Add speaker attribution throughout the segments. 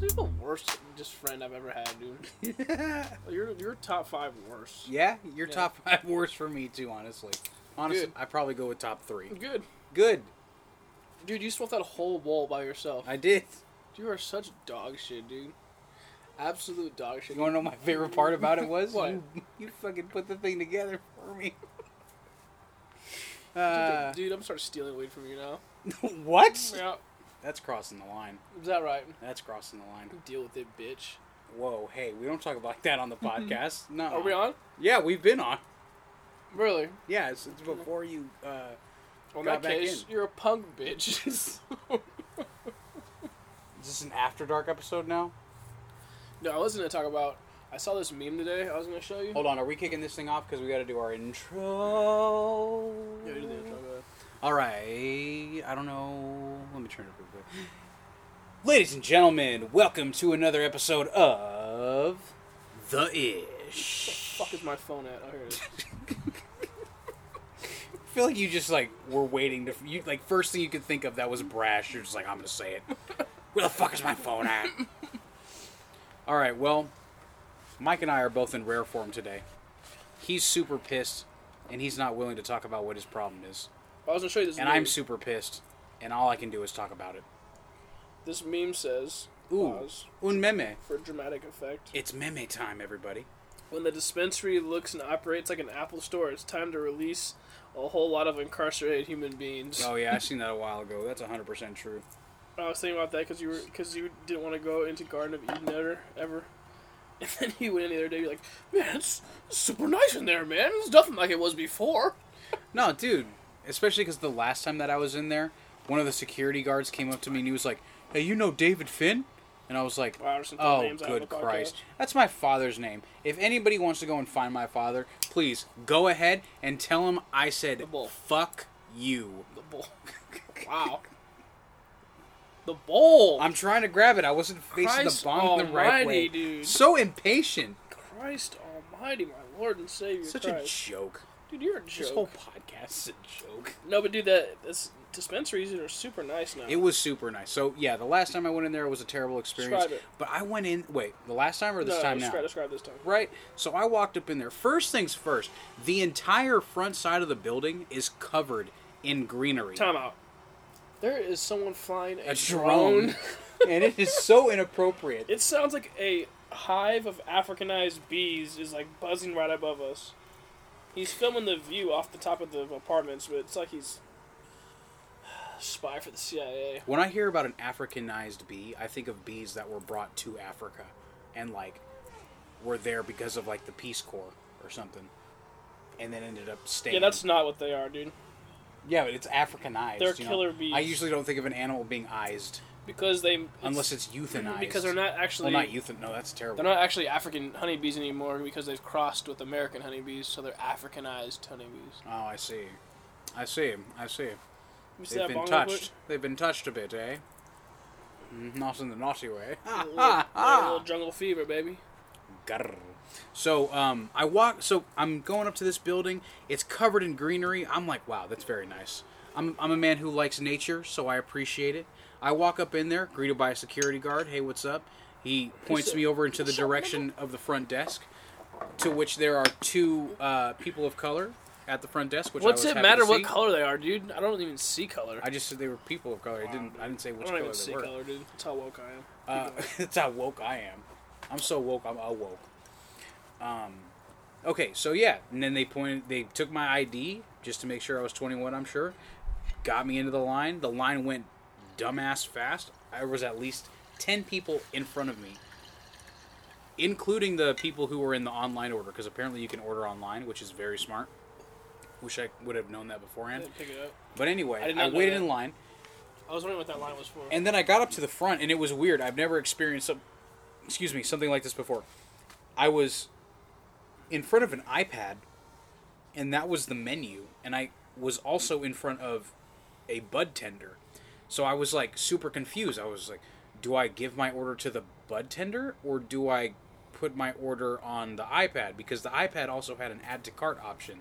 Speaker 1: You're the worst just friend I've ever had, dude. You're you're top five worst.
Speaker 2: yeah, your
Speaker 1: Yeah.
Speaker 2: top five worst for me too. Honestly, honestly,
Speaker 1: Good.
Speaker 2: I probably go with top three.
Speaker 1: Good,
Speaker 2: Good,
Speaker 1: dude. You swept that whole wall by yourself.
Speaker 2: I did.
Speaker 1: you are such dog shit, dude. Absolute dog shit.
Speaker 2: You want to know my favorite part about it was
Speaker 1: What?
Speaker 2: You, you fucking put the thing together for me. Uh,
Speaker 1: dude, dude, I'm gonna start stealing weed from you now.
Speaker 2: what?
Speaker 1: Yeah,
Speaker 2: That's crossing the line.
Speaker 1: is that right?
Speaker 2: That's crossing the line.
Speaker 1: Deal with it, bitch.
Speaker 2: Whoa, hey, we don't talk about that on the podcast. No.
Speaker 1: Are we on?
Speaker 2: Yeah, we've been on.
Speaker 1: Really?
Speaker 2: Yeah, it's, it's before you. Uh,
Speaker 1: On
Speaker 2: Got
Speaker 1: that
Speaker 2: back
Speaker 1: case,
Speaker 2: in.
Speaker 1: you're a punk bitch.
Speaker 2: is this an after dark episode now?
Speaker 1: no, I was gonna talk about. I saw this meme today. I was gonna show you.
Speaker 2: Hold on, are we kicking this thing off because we got to do our intro?
Speaker 1: Yeah, you did the intro, go ahead.
Speaker 2: All right. I don't know. Let me turn it up real quick. Ladies and gentlemen, welcome to another episode of The Ish.
Speaker 1: Fuck is my phone at? Oh, here it is.
Speaker 2: I feel like you just like were waiting to you like first thing you could think of that was brash. You're just like I'm gonna say it. Where the fuck is my phone at? All right. Well, Mike and I are both in rare form today. He's super pissed, and he's not willing to talk about what his problem is.
Speaker 1: I was gonna show you this.
Speaker 2: And
Speaker 1: meme.
Speaker 2: I'm super pissed, and all I can do is talk about it.
Speaker 1: This meme says,
Speaker 2: Ooh,
Speaker 1: pause
Speaker 2: un meme.
Speaker 1: for dramatic effect.
Speaker 2: It's meme time, everybody.
Speaker 1: When the dispensary looks and operates like an Apple store, it's time to release a whole lot of incarcerated human beings.
Speaker 2: Oh yeah, I seen that a while ago. That's 100% true.
Speaker 1: I was thinking about that because you were because you didn't want to go into Garden of Eden ever ever. And then you went in the other day, you're like, man, it's it's super nice in there, man. It's nothing like it was before.
Speaker 2: No, dude. Especially because the last time that I was in there, one of the security guards came up to me and he was like, "Hey, you know David Finn?" And I was like,
Speaker 1: Wow, there's some cool
Speaker 2: "Oh,
Speaker 1: names out
Speaker 2: good
Speaker 1: of the podcast."
Speaker 2: Christ, that's my father's name. If anybody wants to go and find my father, please go ahead and tell him I said
Speaker 1: bull.
Speaker 2: fuck you."
Speaker 1: The bowl. wow. The bowl.
Speaker 2: I'm trying to grab it. I wasn't facing
Speaker 1: Christ
Speaker 2: the bomb the right
Speaker 1: almighty,
Speaker 2: way.
Speaker 1: dude.
Speaker 2: So impatient.
Speaker 1: Christ Almighty, my Lord and Savior.
Speaker 2: Such a
Speaker 1: Christ.
Speaker 2: joke.
Speaker 1: dude, you're a joke.
Speaker 2: This whole podcast is a joke.
Speaker 1: No, but dude, that this dispensaries are super nice now.
Speaker 2: It was super nice. So yeah, the last time I went in there it was a terrible experience.
Speaker 1: Describe it.
Speaker 2: But I went in. Wait, the last time or this
Speaker 1: no,
Speaker 2: time now?
Speaker 1: describe, Describe this time.
Speaker 2: Right. So I walked up in there. First things first, the entire front side of the building is covered in greenery.
Speaker 1: Time out. There is someone flying a,
Speaker 2: a
Speaker 1: drone.
Speaker 2: drone, and it is so inappropriate.
Speaker 1: It sounds like a hive of Africanized bees is like buzzing right above us. He's filming the view off the top of the apartments, but it's like he's a spy for the CIA.
Speaker 2: When I hear about an Africanized bee, I think of bees that were brought to Africa and like were there because of like the Peace Corps or something, and then ended up staying.
Speaker 1: Yeah, that's not what they are, dude.
Speaker 2: Yeah, but it's Africanized.
Speaker 1: They're
Speaker 2: you know?
Speaker 1: killer bees.
Speaker 2: I usually don't think of an animal being ized
Speaker 1: Because they it's-
Speaker 2: unless it's euthanized.
Speaker 1: because they're not
Speaker 2: Well,
Speaker 1: actually
Speaker 2: not euthan. No, that's terrible.
Speaker 1: They're not actually African honeybees anymore because they've crossed with American honeybees, so they're Africanized honeybees.
Speaker 2: oh, I see. I see. I see.
Speaker 1: Let me see that
Speaker 2: They've been
Speaker 1: bong real quick.
Speaker 2: touched. They've been touched a bit, eh? Mm, Not in the naughty way.
Speaker 1: A
Speaker 2: Ha
Speaker 1: little,
Speaker 2: ha
Speaker 1: a
Speaker 2: ha.
Speaker 1: little jungle fever, baby.
Speaker 2: Grr. So um, I walk. So I'm going up to this building. It's covered in greenery. I'm like, wow, that's very nice. I'm, I'm a man who likes nature, so I appreciate it. I walk up in there, greeted by a security guard. Hey, what's up? He points me over into the direction of the front desk, to which there are two uh, people of color at the front desk. Which I
Speaker 1: What's
Speaker 2: was
Speaker 1: it
Speaker 2: happy to
Speaker 1: matter
Speaker 2: see.
Speaker 1: what color they are, dude? I don't even see color. I,
Speaker 2: I just said they were people of color. I didn't. I didn't say which
Speaker 1: don't
Speaker 2: color
Speaker 1: even
Speaker 2: they
Speaker 1: see
Speaker 2: were.
Speaker 1: color, dude. That's how woke I am.
Speaker 2: Uh, that's how woke I am. I'm so woke. I'm awoke. Um, okay, so yeah, and then they pointed. They took my ID just to make sure I was 21. I'm sure. Got me into the line. The line went dumbass fast. I was at least 10 people in front of me, including the people who were in the online order, because apparently you can order online, which is very smart. Wish I would have known that
Speaker 1: I
Speaker 2: beforehand.
Speaker 1: didn't pick it up.
Speaker 2: But anyway,
Speaker 1: I did
Speaker 2: I,
Speaker 1: not know
Speaker 2: waited
Speaker 1: that.
Speaker 2: in line.
Speaker 1: I was wondering what that line was for.
Speaker 2: And then I got up to the front, and it was weird. I've never experienced some, excuse me, something like this before. I was in front of an iPad, and that was the menu, and I was also in front of a bud tender. So I was like super confused. I was like, do I give my order to the bud tender, or do I put my order on the iPad? Because the iPad also had an add to cart option.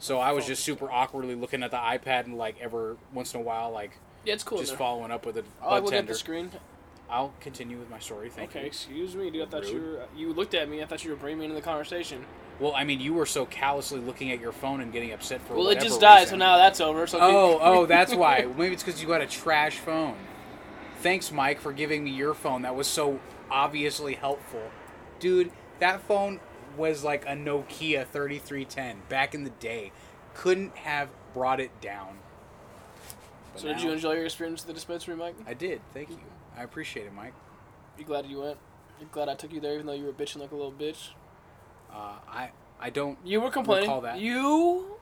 Speaker 2: So I was just super awkwardly looking at the iPad and like ever once in a while like
Speaker 1: yeah, it's cool. in
Speaker 2: just
Speaker 1: there. Oh,
Speaker 2: following up with a
Speaker 1: I
Speaker 2: bud
Speaker 1: look at
Speaker 2: tender.
Speaker 1: the screen.
Speaker 2: I'll continue with my story. Thank
Speaker 1: okay,
Speaker 2: you.
Speaker 1: excuse me, dude. I thought you
Speaker 2: Rude.
Speaker 1: were, you looked at me. I thought you were bringing me into the conversation.
Speaker 2: Well, I mean, you were so callously looking at your phone and getting upset for.
Speaker 1: Well, it
Speaker 2: whatever
Speaker 1: just died, so
Speaker 2: reason.
Speaker 1: now that's over. So
Speaker 2: Oh, oh, that's why. Maybe it's because you got a trash phone. Thanks, Mike, for giving me your phone. That was so obviously helpful, dude. That phone was like a Nokia 3310 back in the day. Couldn't have brought it down. But
Speaker 1: so did
Speaker 2: now-
Speaker 1: you enjoy your experience at the dispensary, Mike?
Speaker 2: I did. Thank you. I appreciate it, Mike.
Speaker 1: You glad you went? You glad I took you there, even though you were bitching like a little bitch?
Speaker 2: Uh, I I don't.
Speaker 1: You were complaining.
Speaker 2: Recall that.
Speaker 1: You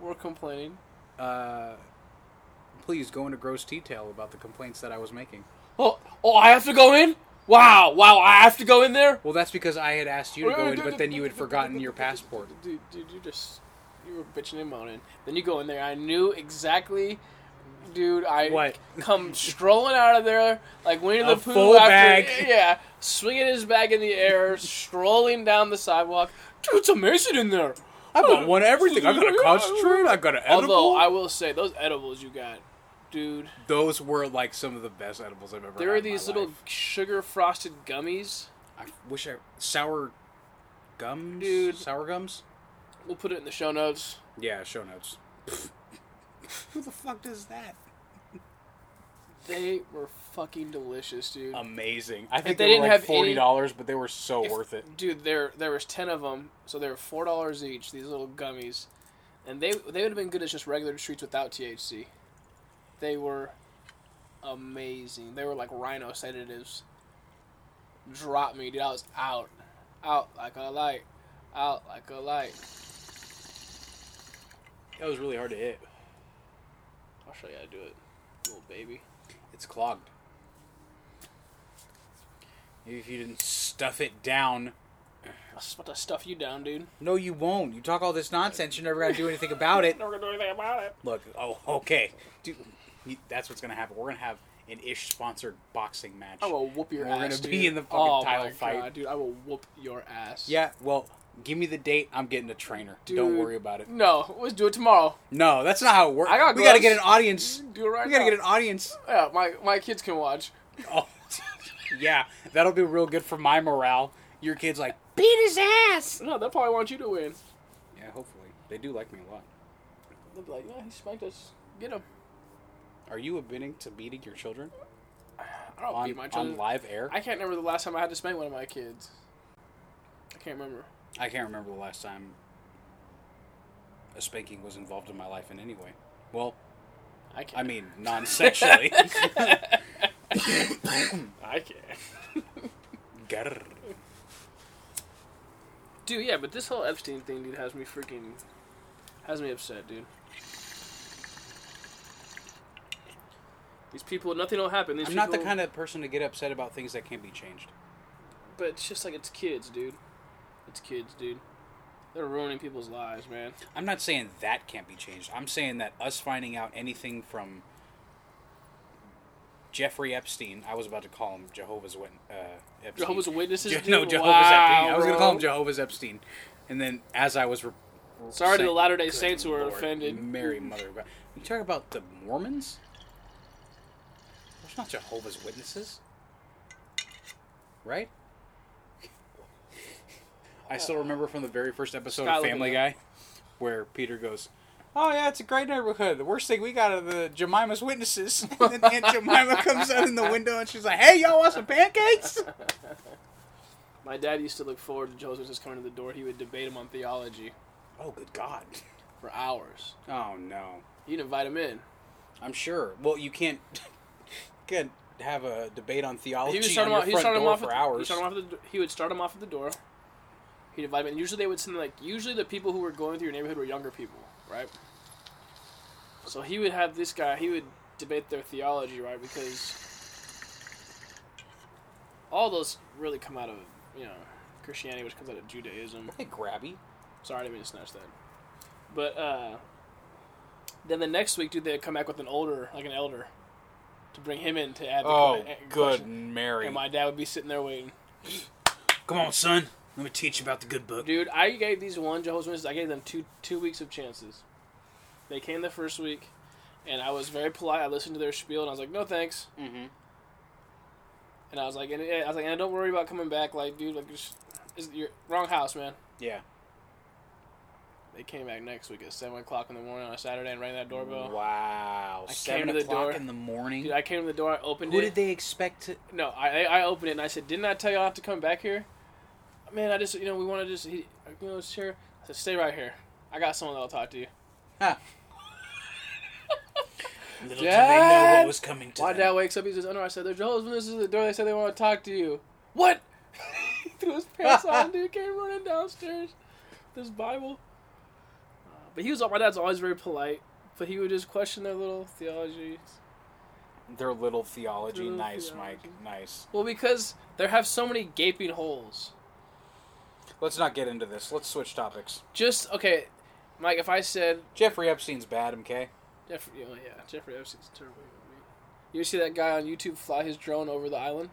Speaker 1: were complaining.
Speaker 2: Uh, please go into gross detail about the complaints that I was making.
Speaker 1: Oh, oh, I have to go in? Wow, wow, I have to go in there?
Speaker 2: Well, that's because I had asked you to go in, but then you had forgotten your passport.
Speaker 1: Dude, dude, you just you were bitching and moaning. Then you go in there. I knew exactly, dude. I
Speaker 2: What?
Speaker 1: come strolling out of there like Winnie the
Speaker 2: A
Speaker 1: Pooh
Speaker 2: full
Speaker 1: after
Speaker 2: bag.
Speaker 1: yeah, swinging his bag in the air, strolling down the sidewalk. Dude, it's amazing in there.
Speaker 2: I got one everything. I got a concentrate. I got an edible.
Speaker 1: Although I will say those edibles you got, dude.
Speaker 2: Those were like some of the best edibles I've ever.
Speaker 1: There
Speaker 2: had
Speaker 1: are
Speaker 2: in my
Speaker 1: these little
Speaker 2: life.
Speaker 1: sugar frosted gummies.
Speaker 2: I wish I sour gums,
Speaker 1: Dude.
Speaker 2: Sour gums.
Speaker 1: We'll put it in the show notes.
Speaker 2: Yeah, show notes. Who the fuck does that?
Speaker 1: They were fucking delicious, dude.
Speaker 2: Amazing. I think
Speaker 1: they
Speaker 2: they,
Speaker 1: didn't
Speaker 2: were like
Speaker 1: have any-
Speaker 2: forty dollars, but they were so
Speaker 1: If-
Speaker 2: worth it.
Speaker 1: dude. There, there was ten of them, so they were four dollars each. These little gummies, and they they would have been good as just regular treats without THC. They were amazing. They were like rhino sedatives. Drop me, dude. I was out, out like a light, out like a light.
Speaker 2: That was really hard to hit.
Speaker 1: I'll show you how to do it, little baby.
Speaker 2: It's clogged. Maybe if you didn't stuff it down.
Speaker 1: I was about to stuff you down, dude.
Speaker 2: No, you won't. You talk all this nonsense. You're never gonna do anything about it.
Speaker 1: Not gonna do anything about it.
Speaker 2: Look, oh, okay, dude, you- that's what's gonna happen. We're gonna have an ish sponsored boxing match.
Speaker 1: I will whoop your
Speaker 2: We're
Speaker 1: ass.
Speaker 2: gonna
Speaker 1: dude.
Speaker 2: be in the fucking
Speaker 1: oh,
Speaker 2: title
Speaker 1: my
Speaker 2: fight.
Speaker 1: God, dude. I will whoop your ass.
Speaker 2: Yeah, well, give me the date. I'm getting a trainer.
Speaker 1: Dude.
Speaker 2: Don't worry about it.
Speaker 1: No, let's do it tomorrow.
Speaker 2: No, that's not how it works.
Speaker 1: I got
Speaker 2: we gotta
Speaker 1: gloves.
Speaker 2: get an audience.
Speaker 1: Do it right
Speaker 2: We gotta
Speaker 1: now.
Speaker 2: get an audience.
Speaker 1: Yeah, my my kids can watch.
Speaker 2: Oh, yeah, that'll be real good for my morale. Your kid's like beat his ass.
Speaker 1: No, they'll probably want you to win.
Speaker 2: Yeah, hopefully they do like me a lot.
Speaker 1: They'll be like, yeah, he spanked us. Get him.
Speaker 2: Are you admitting to beating your children
Speaker 1: I don't
Speaker 2: on,
Speaker 1: beat my
Speaker 2: on
Speaker 1: children.
Speaker 2: live air?
Speaker 1: I can't remember the last time I had to spank one of my kids. I can't remember.
Speaker 2: I can't remember the last time a spanking was involved in my life in any way. Well,
Speaker 1: I can't.
Speaker 2: I mean, non-sexually.
Speaker 1: I can't.
Speaker 2: Grr.
Speaker 1: Dude, yeah, but this whole Epstein thing, dude, has me freaking, has me upset, dude. These people, nothing will happen. These
Speaker 2: I'm
Speaker 1: people,
Speaker 2: not the kind of person to get upset about things that can't be changed.
Speaker 1: But it's just like it's kids, dude. It's kids, dude. They're ruining people's lives, man.
Speaker 2: I'm not saying that can't be changed. I'm saying that us finding out anything from Jeffrey Epstein, I was about to call him Jehovah's Wit- uh, Epstein.
Speaker 1: Jehovah's Witnesses.
Speaker 2: Je-
Speaker 1: dude?
Speaker 2: no, Jehovah's
Speaker 1: Wow,
Speaker 2: Epstein. I was going
Speaker 1: bro.
Speaker 2: to call him Jehovah's Epstein. And then as I was. Re-
Speaker 1: Sorry to the
Speaker 2: saying-
Speaker 1: Latter Day
Speaker 2: Good
Speaker 1: Saints who were
Speaker 2: Lord,
Speaker 1: offended.
Speaker 2: Mary, Mother of God. You talk about the Mormons? There's not Jehovah's Witnesses. Right? I still remember from the very first episode
Speaker 1: Skylar
Speaker 2: of Family
Speaker 1: Miller.
Speaker 2: Guy where Peter goes, Oh, yeah, it's a great neighborhood. The worst thing we got are the Jemima's Witnesses. and then Aunt Jemima comes out in the window and she's like, Hey, y'all want some pancakes?
Speaker 1: My dad used to look forward to Jehovah's Witnesses coming to the door. He would debate them on theology
Speaker 2: Oh, good God.
Speaker 1: for hours.
Speaker 2: Oh, no.
Speaker 1: You'd invite him in.
Speaker 2: I'm sure. Well, you can't can have a debate on theology
Speaker 1: He would
Speaker 2: Oh,
Speaker 1: start
Speaker 2: on
Speaker 1: him
Speaker 2: your
Speaker 1: off. He
Speaker 2: front
Speaker 1: started him
Speaker 2: door
Speaker 1: off
Speaker 2: for
Speaker 1: at,
Speaker 2: hours.
Speaker 1: He, started him off at the, he would start him off at the door. He'd invite him in. Usually they would send like usually the people who were going through your neighborhood were younger people, right? So he would have this guy. He would debate their theology, right? Because all those really come out of you know Christianity, which comes out of Judaism.
Speaker 2: hey, grabby.
Speaker 1: Sorry, I didn't mean to snatch that. But uh, then the next week, dude, they come back with an older, like an elder, to bring him in to add the
Speaker 2: Oh,
Speaker 1: que- a-
Speaker 2: good
Speaker 1: question.
Speaker 2: Mary.
Speaker 1: And my dad would be sitting there waiting.
Speaker 2: Come on, son. Let me teach you about the good book.
Speaker 1: Dude, I gave these one Jehovah's Witnesses. I gave them two two weeks of chances. They came the first week, and I was very polite. I listened to their spiel, and I was like, "No thanks."
Speaker 2: Mm-hmm.
Speaker 1: And I was like, and eh," I was like, and don't worry about coming back, like, dude, like, just, is your wrong house, man.
Speaker 2: Yeah.
Speaker 1: They came back next week at seven o'clock in the morning on a Saturday and rang that doorbell.
Speaker 2: Wow.
Speaker 1: I
Speaker 2: Seven
Speaker 1: came to the
Speaker 2: o'clock
Speaker 1: door.
Speaker 2: in the morning.
Speaker 1: Dude, I came to the door, I opened
Speaker 2: Who
Speaker 1: it.
Speaker 2: did they expect to?
Speaker 1: No, I I I opened it and I said, "Didn't I tell y'all not to come back here?" Man, I just you know we want to just he, you know sure. I said, "Stay right here. I got someone that'll talk to you."
Speaker 2: Huh. Little did they know
Speaker 1: Dad!
Speaker 2: what was coming to
Speaker 1: My
Speaker 2: them.
Speaker 1: dad wakes up. He says, "Oh no!" I said, "There's Jehovah's Witnesses at the door. They said they want to talk to you." What? he threw his pants on. Dude came running downstairs. This Bible. Uh, but he was my dad's always very polite, but he would just question their little theologies.
Speaker 2: Their little theology.
Speaker 1: Little
Speaker 2: nice,
Speaker 1: theology.
Speaker 2: Mike. Nice.
Speaker 1: Well, because there have so many gaping holes.
Speaker 2: Let's not get into this. Let's switch topics.
Speaker 1: Just okay, Mike. If I said
Speaker 2: Jeffrey Epstein's bad, okay?
Speaker 1: Jeffrey, oh yeah, Jeffrey Epstein's a terrible human being. You ever see that guy on YouTube fly his drone over the island?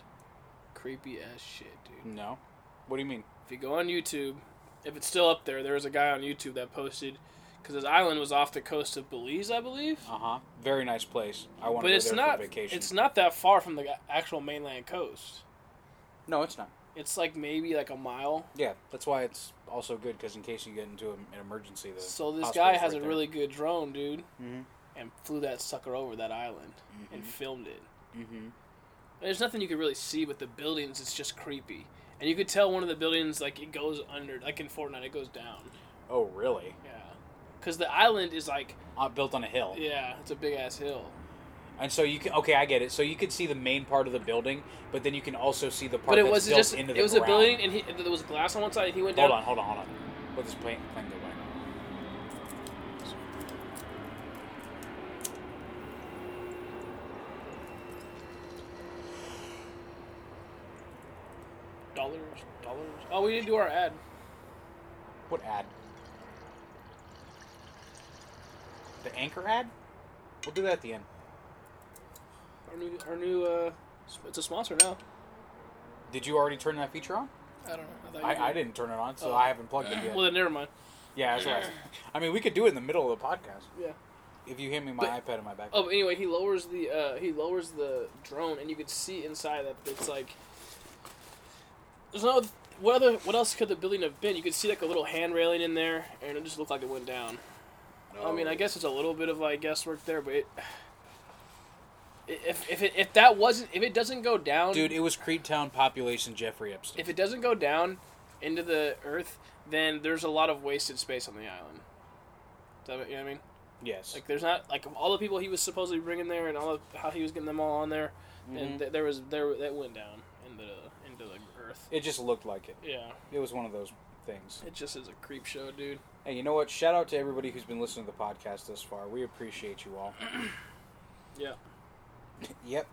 Speaker 1: Creepy as shit, dude.
Speaker 2: No. What do you mean?
Speaker 1: If you go on YouTube, if it's still up there, there was a guy on YouTube that posted because his island was off the coast of Belize, I believe.
Speaker 2: Uh huh. Very nice place. I want
Speaker 1: But
Speaker 2: to go
Speaker 1: it's
Speaker 2: there
Speaker 1: not.
Speaker 2: for vacation.
Speaker 1: It's not that far from the g- actual mainland coast.
Speaker 2: no, it's not.
Speaker 1: It's like maybe like a mile.
Speaker 2: Yeah, that's why it's also good because in case you get into an an emergency, the
Speaker 1: So this
Speaker 2: hospital's
Speaker 1: guy has
Speaker 2: right
Speaker 1: a
Speaker 2: there.
Speaker 1: really good drone, dude,
Speaker 2: Mhm.
Speaker 1: and flew that sucker over that island
Speaker 2: Mm-hmm.
Speaker 1: and filmed it.
Speaker 2: Mhm.
Speaker 1: There's nothing you could really see with the buildings. It's just creepy, and you could tell one of the buildings like it goes under, like in Fortnite, it goes down.
Speaker 2: Oh, really?
Speaker 1: Yeah, because the island is like
Speaker 2: Uh, built on a hill.
Speaker 1: yeah, it's a big ass hill.
Speaker 2: And so you can okay, I get it. So you could see the main part of the building, but then you can also see the part
Speaker 1: But it
Speaker 2: that's
Speaker 1: was
Speaker 2: built
Speaker 1: just
Speaker 2: into
Speaker 1: it
Speaker 2: the
Speaker 1: was a
Speaker 2: ground.
Speaker 1: building, and he, and there was glass on one side, and he went
Speaker 2: Hold
Speaker 1: down.
Speaker 2: on, hold on, hold on. Let this plane plane go by.
Speaker 1: Dollars, dollars. Oh, we didn't do our ad.
Speaker 2: What ad? The anchor ad? We'll do that at the end.
Speaker 1: Our new, our new. Uh, it's a sponsor now.
Speaker 2: Did you already turn that feature on?
Speaker 1: I don't know. I, thought you
Speaker 2: I,
Speaker 1: did.
Speaker 2: I didn't turn it on, so
Speaker 1: Oh.
Speaker 2: I haven't plugged it yet.
Speaker 1: Well, then never mind.
Speaker 2: yeah, that's right. I mean, we could do it in the middle of the podcast
Speaker 1: Yeah.
Speaker 2: if you hand me my iPad and my back.
Speaker 1: Oh, but anyway, he lowers the uh, he lowers the drone, and you could see inside that it's like there's no what other what else could the building have been? You could see like a little hand railing in there, and it just looked like it went down. uh, I
Speaker 2: Oh.
Speaker 1: mean, I guess it's a little bit of like guesswork there, but it, if if it, if that wasn't if it doesn't go down,
Speaker 2: dude, it was Creedtown population Jeffrey Epstein.
Speaker 1: if it doesn't go down into the earth, then there's a lot of wasted space on the island. Is that what- You know what I mean?
Speaker 2: yes,
Speaker 1: Like there's not like of all the people he was supposedly bringing there and all of how he was getting them all on there, and th- there was there that went down into the into the earth.
Speaker 2: it just looked like it.
Speaker 1: Yeah,
Speaker 2: It was one of those things.
Speaker 1: it just is a creep show, dude.
Speaker 2: Hey, you know what? Shout out to everybody who's been listening to the podcast this far. We appreciate you all.
Speaker 1: Yeah.
Speaker 2: yep.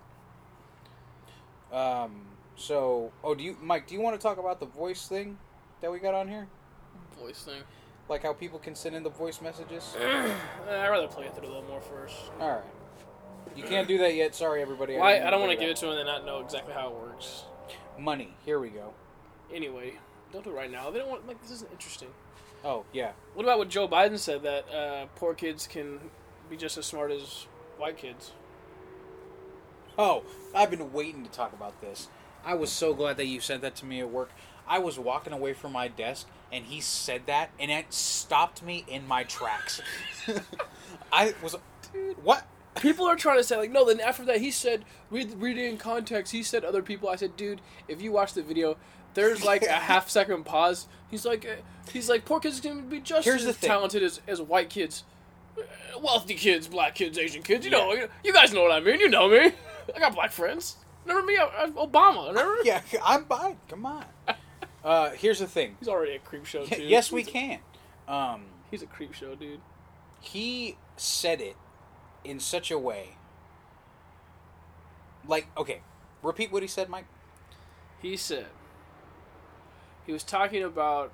Speaker 2: Um. So, oh, do you, Mike? Do you want to talk about the voice thing that we got on here?
Speaker 1: Voice thing.
Speaker 2: Like how people can send in the voice messages?
Speaker 1: Uh, I'd rather play it through a little more first.
Speaker 2: all right. You can't do that yet. Sorry, everybody.
Speaker 1: Well, I, I don't want to give
Speaker 2: didn't
Speaker 1: it
Speaker 2: bring
Speaker 1: to him and not know exactly how it works.
Speaker 2: up. money. Here we go.
Speaker 1: Anyway, don't do it right now. They don't want like this isn't interesting.
Speaker 2: Oh yeah.
Speaker 1: What about what Joe Biden said that uh, poor kids can be just as smart as white kids?
Speaker 2: Oh, I've been waiting to talk about this. I was so glad that you sent that to me at work. I was walking away from my desk and he said that and it stopped me in my tracks. I was what?
Speaker 1: people are trying to say like no then after that he said read, read it in context he said other people i said dude if you watch the video there's like a half second pause he's like eh, he's like poor kids can be just
Speaker 2: Here's the
Speaker 1: as
Speaker 2: thing.
Speaker 1: talented as, as white kids Eh, wealthy kids black kids asian kids you know
Speaker 2: Yeah.
Speaker 1: you- you guys know what i mean you know me i got black friends remember me I, I, obama remember
Speaker 2: Yeah, I'm Biden. Come on. Uh, here's the thing.
Speaker 1: he's already a creep show
Speaker 2: Y-
Speaker 1: too
Speaker 2: Yes, we
Speaker 1: He's a-
Speaker 2: can. Um,
Speaker 1: he's a creep show dude
Speaker 2: he said it in such a way. Like, okay, repeat what he said, Mike.
Speaker 1: he said he was talking about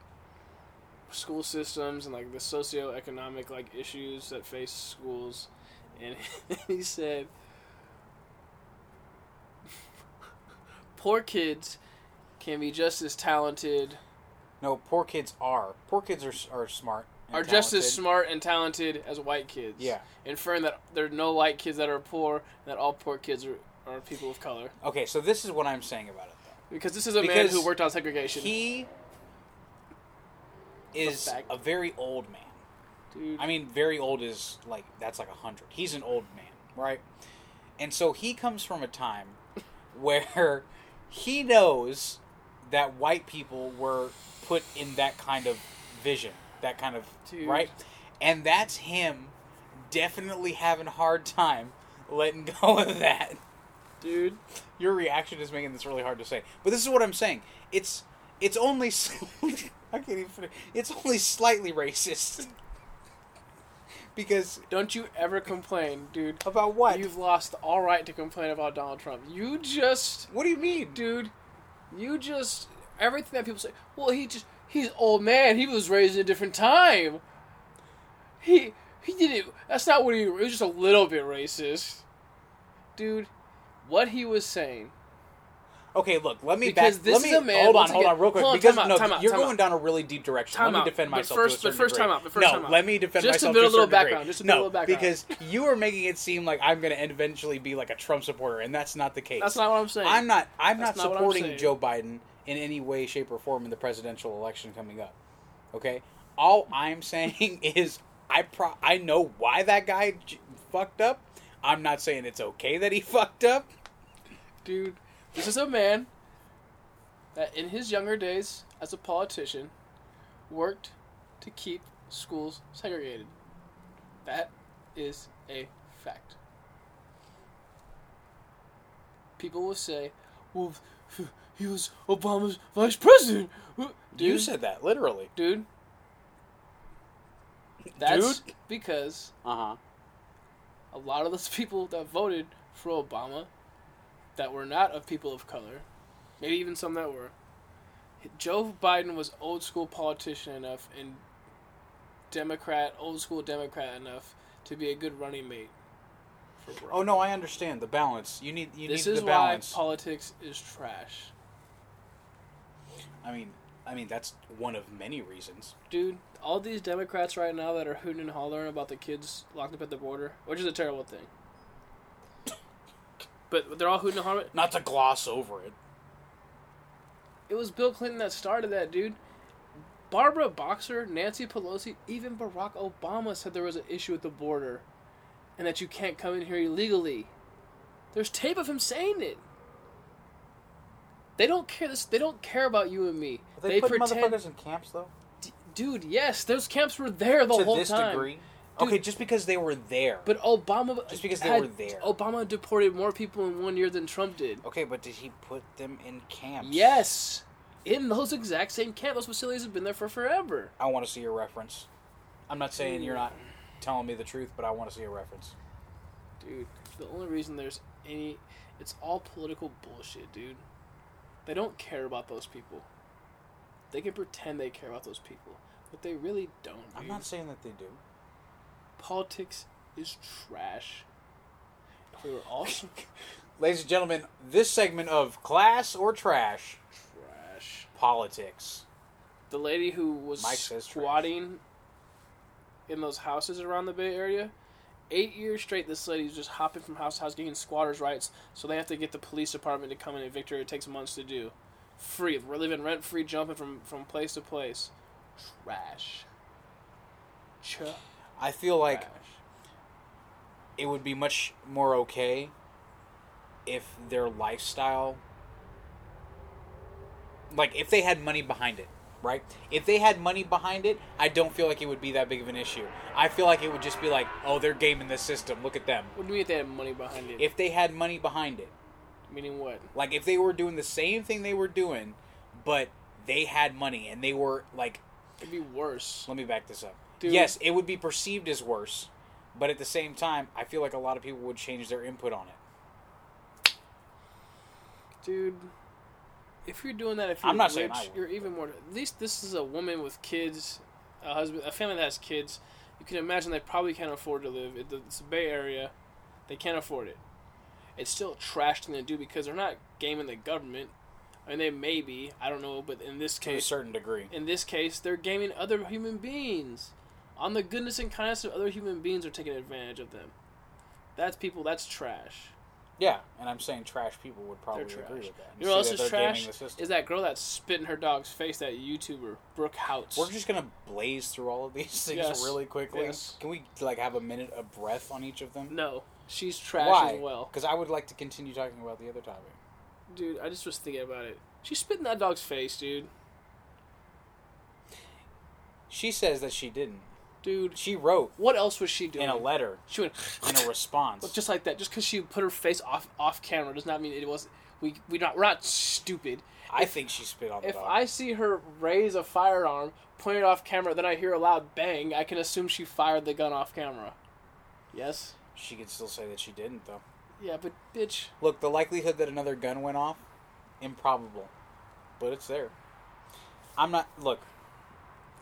Speaker 1: school systems and like the socioeconomic like issues that face schools and he said poor kids can be just as talented
Speaker 2: No, poor kids are. Poor kids are, are smart. and
Speaker 1: are just as
Speaker 2: talented.
Speaker 1: smart and talented as white kids
Speaker 2: Yeah.
Speaker 1: inferring that there are no white kids that are poor and that all poor kids are are people of color.
Speaker 2: Okay, so this is what I'm saying about it. Though.
Speaker 1: Because this is a man
Speaker 2: Because
Speaker 1: who worked on segregation.
Speaker 2: He is
Speaker 1: fact.
Speaker 2: a very old man.
Speaker 1: Dude,
Speaker 2: I mean, very old is like that's like a hundred. He's an old man, right? And so he comes from a time where he knows that white people were put in that kind of vision, that kind of
Speaker 1: Dude.
Speaker 2: right, and that's him definitely having a hard time letting go of that.
Speaker 1: dude,
Speaker 2: Your reaction is making this really hard to say, but this is what I'm saying. It's it's only slightly, I can't even. finish. It's only slightly racist because
Speaker 1: don't you ever complain, dude.
Speaker 2: about what?
Speaker 1: You've lost all right to complain about Donald Trump. You just,
Speaker 2: what do you mean?
Speaker 1: dude, you just everything that people say. Well, he just he's old man. He was raised in a different time. He he did it. That's not what he. It was just a little bit racist, dude. What he was saying.
Speaker 2: Okay, look. Let me
Speaker 1: Because
Speaker 2: back.
Speaker 1: this
Speaker 2: let me
Speaker 1: is a man-
Speaker 2: hold on,
Speaker 1: once
Speaker 2: hold
Speaker 1: again-
Speaker 2: on, real quick.
Speaker 1: hold on,
Speaker 2: because
Speaker 1: time out,
Speaker 2: no,
Speaker 1: time out,
Speaker 2: you're
Speaker 1: time
Speaker 2: going
Speaker 1: out.
Speaker 2: down a really deep direction.
Speaker 1: Time
Speaker 2: let me
Speaker 1: out.
Speaker 2: defend
Speaker 1: But
Speaker 2: myself.
Speaker 1: first-
Speaker 2: to a certain
Speaker 1: but first
Speaker 2: degree.
Speaker 1: time out, but first
Speaker 2: no,
Speaker 1: time out.
Speaker 2: let me defend
Speaker 1: Just a
Speaker 2: myself
Speaker 1: bit-
Speaker 2: to
Speaker 1: a little
Speaker 2: certain degree.
Speaker 1: background, just a
Speaker 2: no,
Speaker 1: little background.
Speaker 2: because you are making it seem like I'm going to eventually be like a Trump supporter, and that's not the case.
Speaker 1: That's not what I'm saying.
Speaker 2: I'm not. I'm
Speaker 1: That's
Speaker 2: not
Speaker 1: not what I'm
Speaker 2: supporting
Speaker 1: saying.
Speaker 2: Joe Biden in any way, shape, or form in the presidential election coming up. Okay. All I'm saying is I pro. I know why that guy j- fucked up. I'm not saying it's okay that he fucked up.
Speaker 1: Dude, this is a man that in his younger days as a politician worked to keep schools segregated. That is a fact. People will say, well, he was Obama's vice president. Dude,
Speaker 2: You said that literally.
Speaker 1: dude. That's
Speaker 2: Dude?
Speaker 1: because
Speaker 2: Uh huh.
Speaker 1: a lot of those people that voted for Obama that were not of people of color, maybe even some that were, Joe Biden was old school politician enough and Democrat, old school Democrat enough to be a good running mate for Barack.
Speaker 2: Oh no, I understand the balance. You need you
Speaker 1: this
Speaker 2: need
Speaker 1: is
Speaker 2: the
Speaker 1: why
Speaker 2: balance.
Speaker 1: politics is trash.
Speaker 2: I mean, I mean that's one of many reasons.
Speaker 1: Dude, all these Democrats right now that are hooting and hollering about the kids locked up at the border, which is a terrible thing. But they're all hooting and hollering.
Speaker 2: Not to gloss over it.
Speaker 1: It was Bill Clinton that started that, dude. Barbara Boxer, Nancy Pelosi, even Barack Obama said there was an issue at the border and that you can't come in here illegally. There's tape of him saying it. They don't care this they don't care about you and me. They, pretend
Speaker 2: in camps though.
Speaker 1: D- dude, yes, those camps were there the
Speaker 2: to
Speaker 1: whole
Speaker 2: this
Speaker 1: time.
Speaker 2: degree.
Speaker 1: Dude.
Speaker 2: okay, just because they were there.
Speaker 1: But Obama
Speaker 2: Just because they
Speaker 1: had-
Speaker 2: were there.
Speaker 1: Obama deported more people in one year than Trump did.
Speaker 2: okay, but did he put them in camps?
Speaker 1: Yes. In those exact same camps, those facilities have been there for forever.
Speaker 2: I want to see a reference. I'm not saying you're not telling me the truth, but I want to see a reference.
Speaker 1: Dude, the only reason there's any. It's all political bullshit, dude. They don't care about those people. They can pretend they care about those people, but they really don't.
Speaker 2: I'm
Speaker 1: dude.
Speaker 2: not saying that they do.
Speaker 1: Politics is trash. If we were all trash.
Speaker 2: Ladies and gentlemen, this segment of class or trash politics.
Speaker 1: The lady who was
Speaker 2: Mike says trash.
Speaker 1: squatting in those houses around the Bay Area, eight years straight, this lady's just hopping from house to house getting squatters' rights. So they have to get the police department to come in and evict her. It takes months to do. Free, we're living rent free, jumping from from place to place. Trash. Trash.
Speaker 2: I feel like it would be much more okay if their lifestyle like if they had money behind it right if they had money behind it i don't feel like it would be that big of an issue i feel like it would just be like oh they're gaming the system look at them
Speaker 1: What do you mean if they had money behind it?
Speaker 2: if they had money behind it
Speaker 1: Meaning what?
Speaker 2: like if they were doing the same thing they were doing but they had money and they were like
Speaker 1: It'd be worse.
Speaker 2: let me back this up.
Speaker 1: Dude.
Speaker 2: Yes, it would be perceived as worse, but at the same time, I feel like a lot of people would change their input on it.
Speaker 1: dude. If you're doing that, if you're
Speaker 2: I'm not saying
Speaker 1: rich,
Speaker 2: I would,
Speaker 1: you're even more. At least this is a woman with kids, a husband, a family that has kids. You can imagine they probably can't afford to live. It- It's the Bay Area; they can't afford it. It's still a trash thing to do because they're not gaming the government. I mean, they may be. I don't know, but in this
Speaker 2: To a
Speaker 1: case,
Speaker 2: certain degree.
Speaker 1: in this case, they're gaming other human beings. On the goodness and kindness of other human beings are taking advantage of them. That's people. That's trash.
Speaker 2: Yeah, and I'm saying trash people would probably
Speaker 1: trash.
Speaker 2: agree with that.
Speaker 1: You know what
Speaker 2: See
Speaker 1: else
Speaker 2: that
Speaker 1: is
Speaker 2: they're gaming
Speaker 1: trash?
Speaker 2: the system.
Speaker 1: Is that girl that spit in her dog's face, that YouTuber, Brooke Houts.
Speaker 2: We're just gonna blaze through all of these things
Speaker 1: Yes.
Speaker 2: really quickly.
Speaker 1: Yes.
Speaker 2: Can we like have a minute of breath on each of them?
Speaker 1: No, she's trash
Speaker 2: Why?
Speaker 1: as well.
Speaker 2: Because I would like to continue talking about the other topic.
Speaker 1: Dude, I just was thinking about it. She spit in that dog's face, dude.
Speaker 2: She says that she didn't.
Speaker 1: Dude,
Speaker 2: She wrote
Speaker 1: what else was she doing?
Speaker 2: in a letter
Speaker 1: she went
Speaker 2: in a response.
Speaker 1: just like that. Just because she put her face off off camera does not mean it was. We we not we're not stupid.
Speaker 2: I think she spit on the
Speaker 1: If
Speaker 2: dog.
Speaker 1: I see her raise a firearm, point it off camera, then I hear a loud bang, I can assume she fired the gun off camera. Yes.
Speaker 2: She could still say that she didn't though.
Speaker 1: Yeah, but bitch,
Speaker 2: Look, the likelihood that another gun went off, improbable, but it's there. I'm not. Look,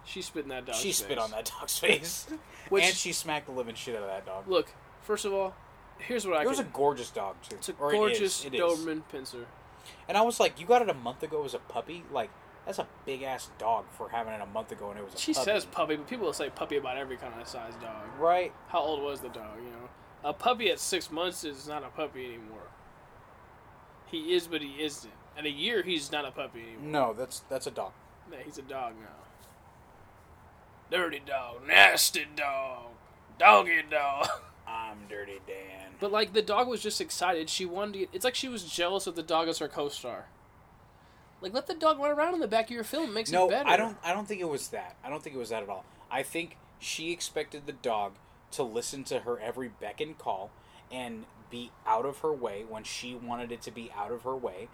Speaker 1: she spit in that dog's
Speaker 2: she
Speaker 1: face.
Speaker 2: spit on that dog's face,
Speaker 1: Which-
Speaker 2: and she smacked the living shit out of that dog.
Speaker 1: Look, first of all, here's what I.
Speaker 2: it was a
Speaker 1: can,
Speaker 2: gorgeous dog too.
Speaker 1: it's a
Speaker 2: Or it is,
Speaker 1: gorgeous
Speaker 2: it is.
Speaker 1: Doberman pincer.
Speaker 2: And I was like, you got it a month ago as a puppy. Like that's a big ass dog for having it a month ago, and it was. A
Speaker 1: She
Speaker 2: puppy.
Speaker 1: says puppy, but people say puppy about every kind of size dog.
Speaker 2: right.
Speaker 1: How old was the dog? You know, a puppy at six months is not a puppy anymore. He is, but he isn't. At a year, he's not a puppy anymore.
Speaker 2: No, that's that's a dog.
Speaker 1: Nah, he's a dog now. Dirty dog, nasty dog, doggy dog.
Speaker 2: I'm Dirty Dan.
Speaker 1: But like the dog was just excited. She wanted to. Get, it's like she was jealous of the dog as her co-star. Like let the dog run around in the back of your film. Makes
Speaker 2: No,
Speaker 1: it better.
Speaker 2: I don't. I don't think it was that. I don't think it was that at all. I think she expected the dog to listen to her every beck and call and be out of her way when she wanted it to be out of her way,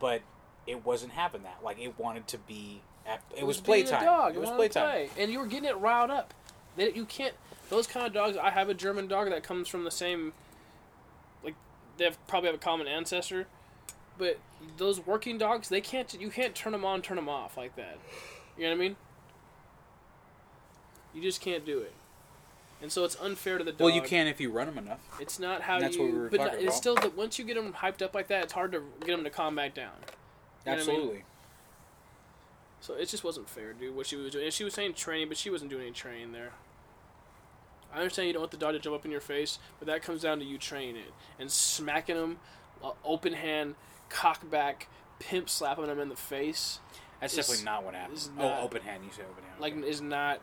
Speaker 2: but it wasn't happening that. Like it wanted to be. At, it, was,
Speaker 1: being a
Speaker 2: playtime.
Speaker 1: Dog.
Speaker 2: It was
Speaker 1: wanted to
Speaker 2: playtime.
Speaker 1: play. and you were getting it riled up. That you can't. Those kind of dogs. I have a German dog that comes from the same. Like they have, probably have a common ancestor, but those working dogs, they can't. You can't turn them on, turn them off like that. You know what I mean? You just can't do it, and so it's unfair to the dog.
Speaker 2: Well, you can if you run them enough.
Speaker 1: It's not how
Speaker 2: And that's
Speaker 1: you.
Speaker 2: what we were
Speaker 1: but
Speaker 2: talking
Speaker 1: it's
Speaker 2: about.
Speaker 1: still that once you get them hyped up like that, it's hard to get them to calm back down. You know what I mean?
Speaker 2: Absolutely.
Speaker 1: So it just wasn't fair, dude, what she was doing. And she was saying training, but she wasn't doing any training there. I understand you don't want the dog to jump up in your face, but that comes down to you training it and smacking him, uh, open hand, cock back, pimp slapping him in the face.
Speaker 2: That's
Speaker 1: It's-
Speaker 2: definitely not what
Speaker 1: it's
Speaker 2: happened.
Speaker 1: not-
Speaker 2: oh, open hand. You say open hand.
Speaker 1: Like
Speaker 2: okay.
Speaker 1: is not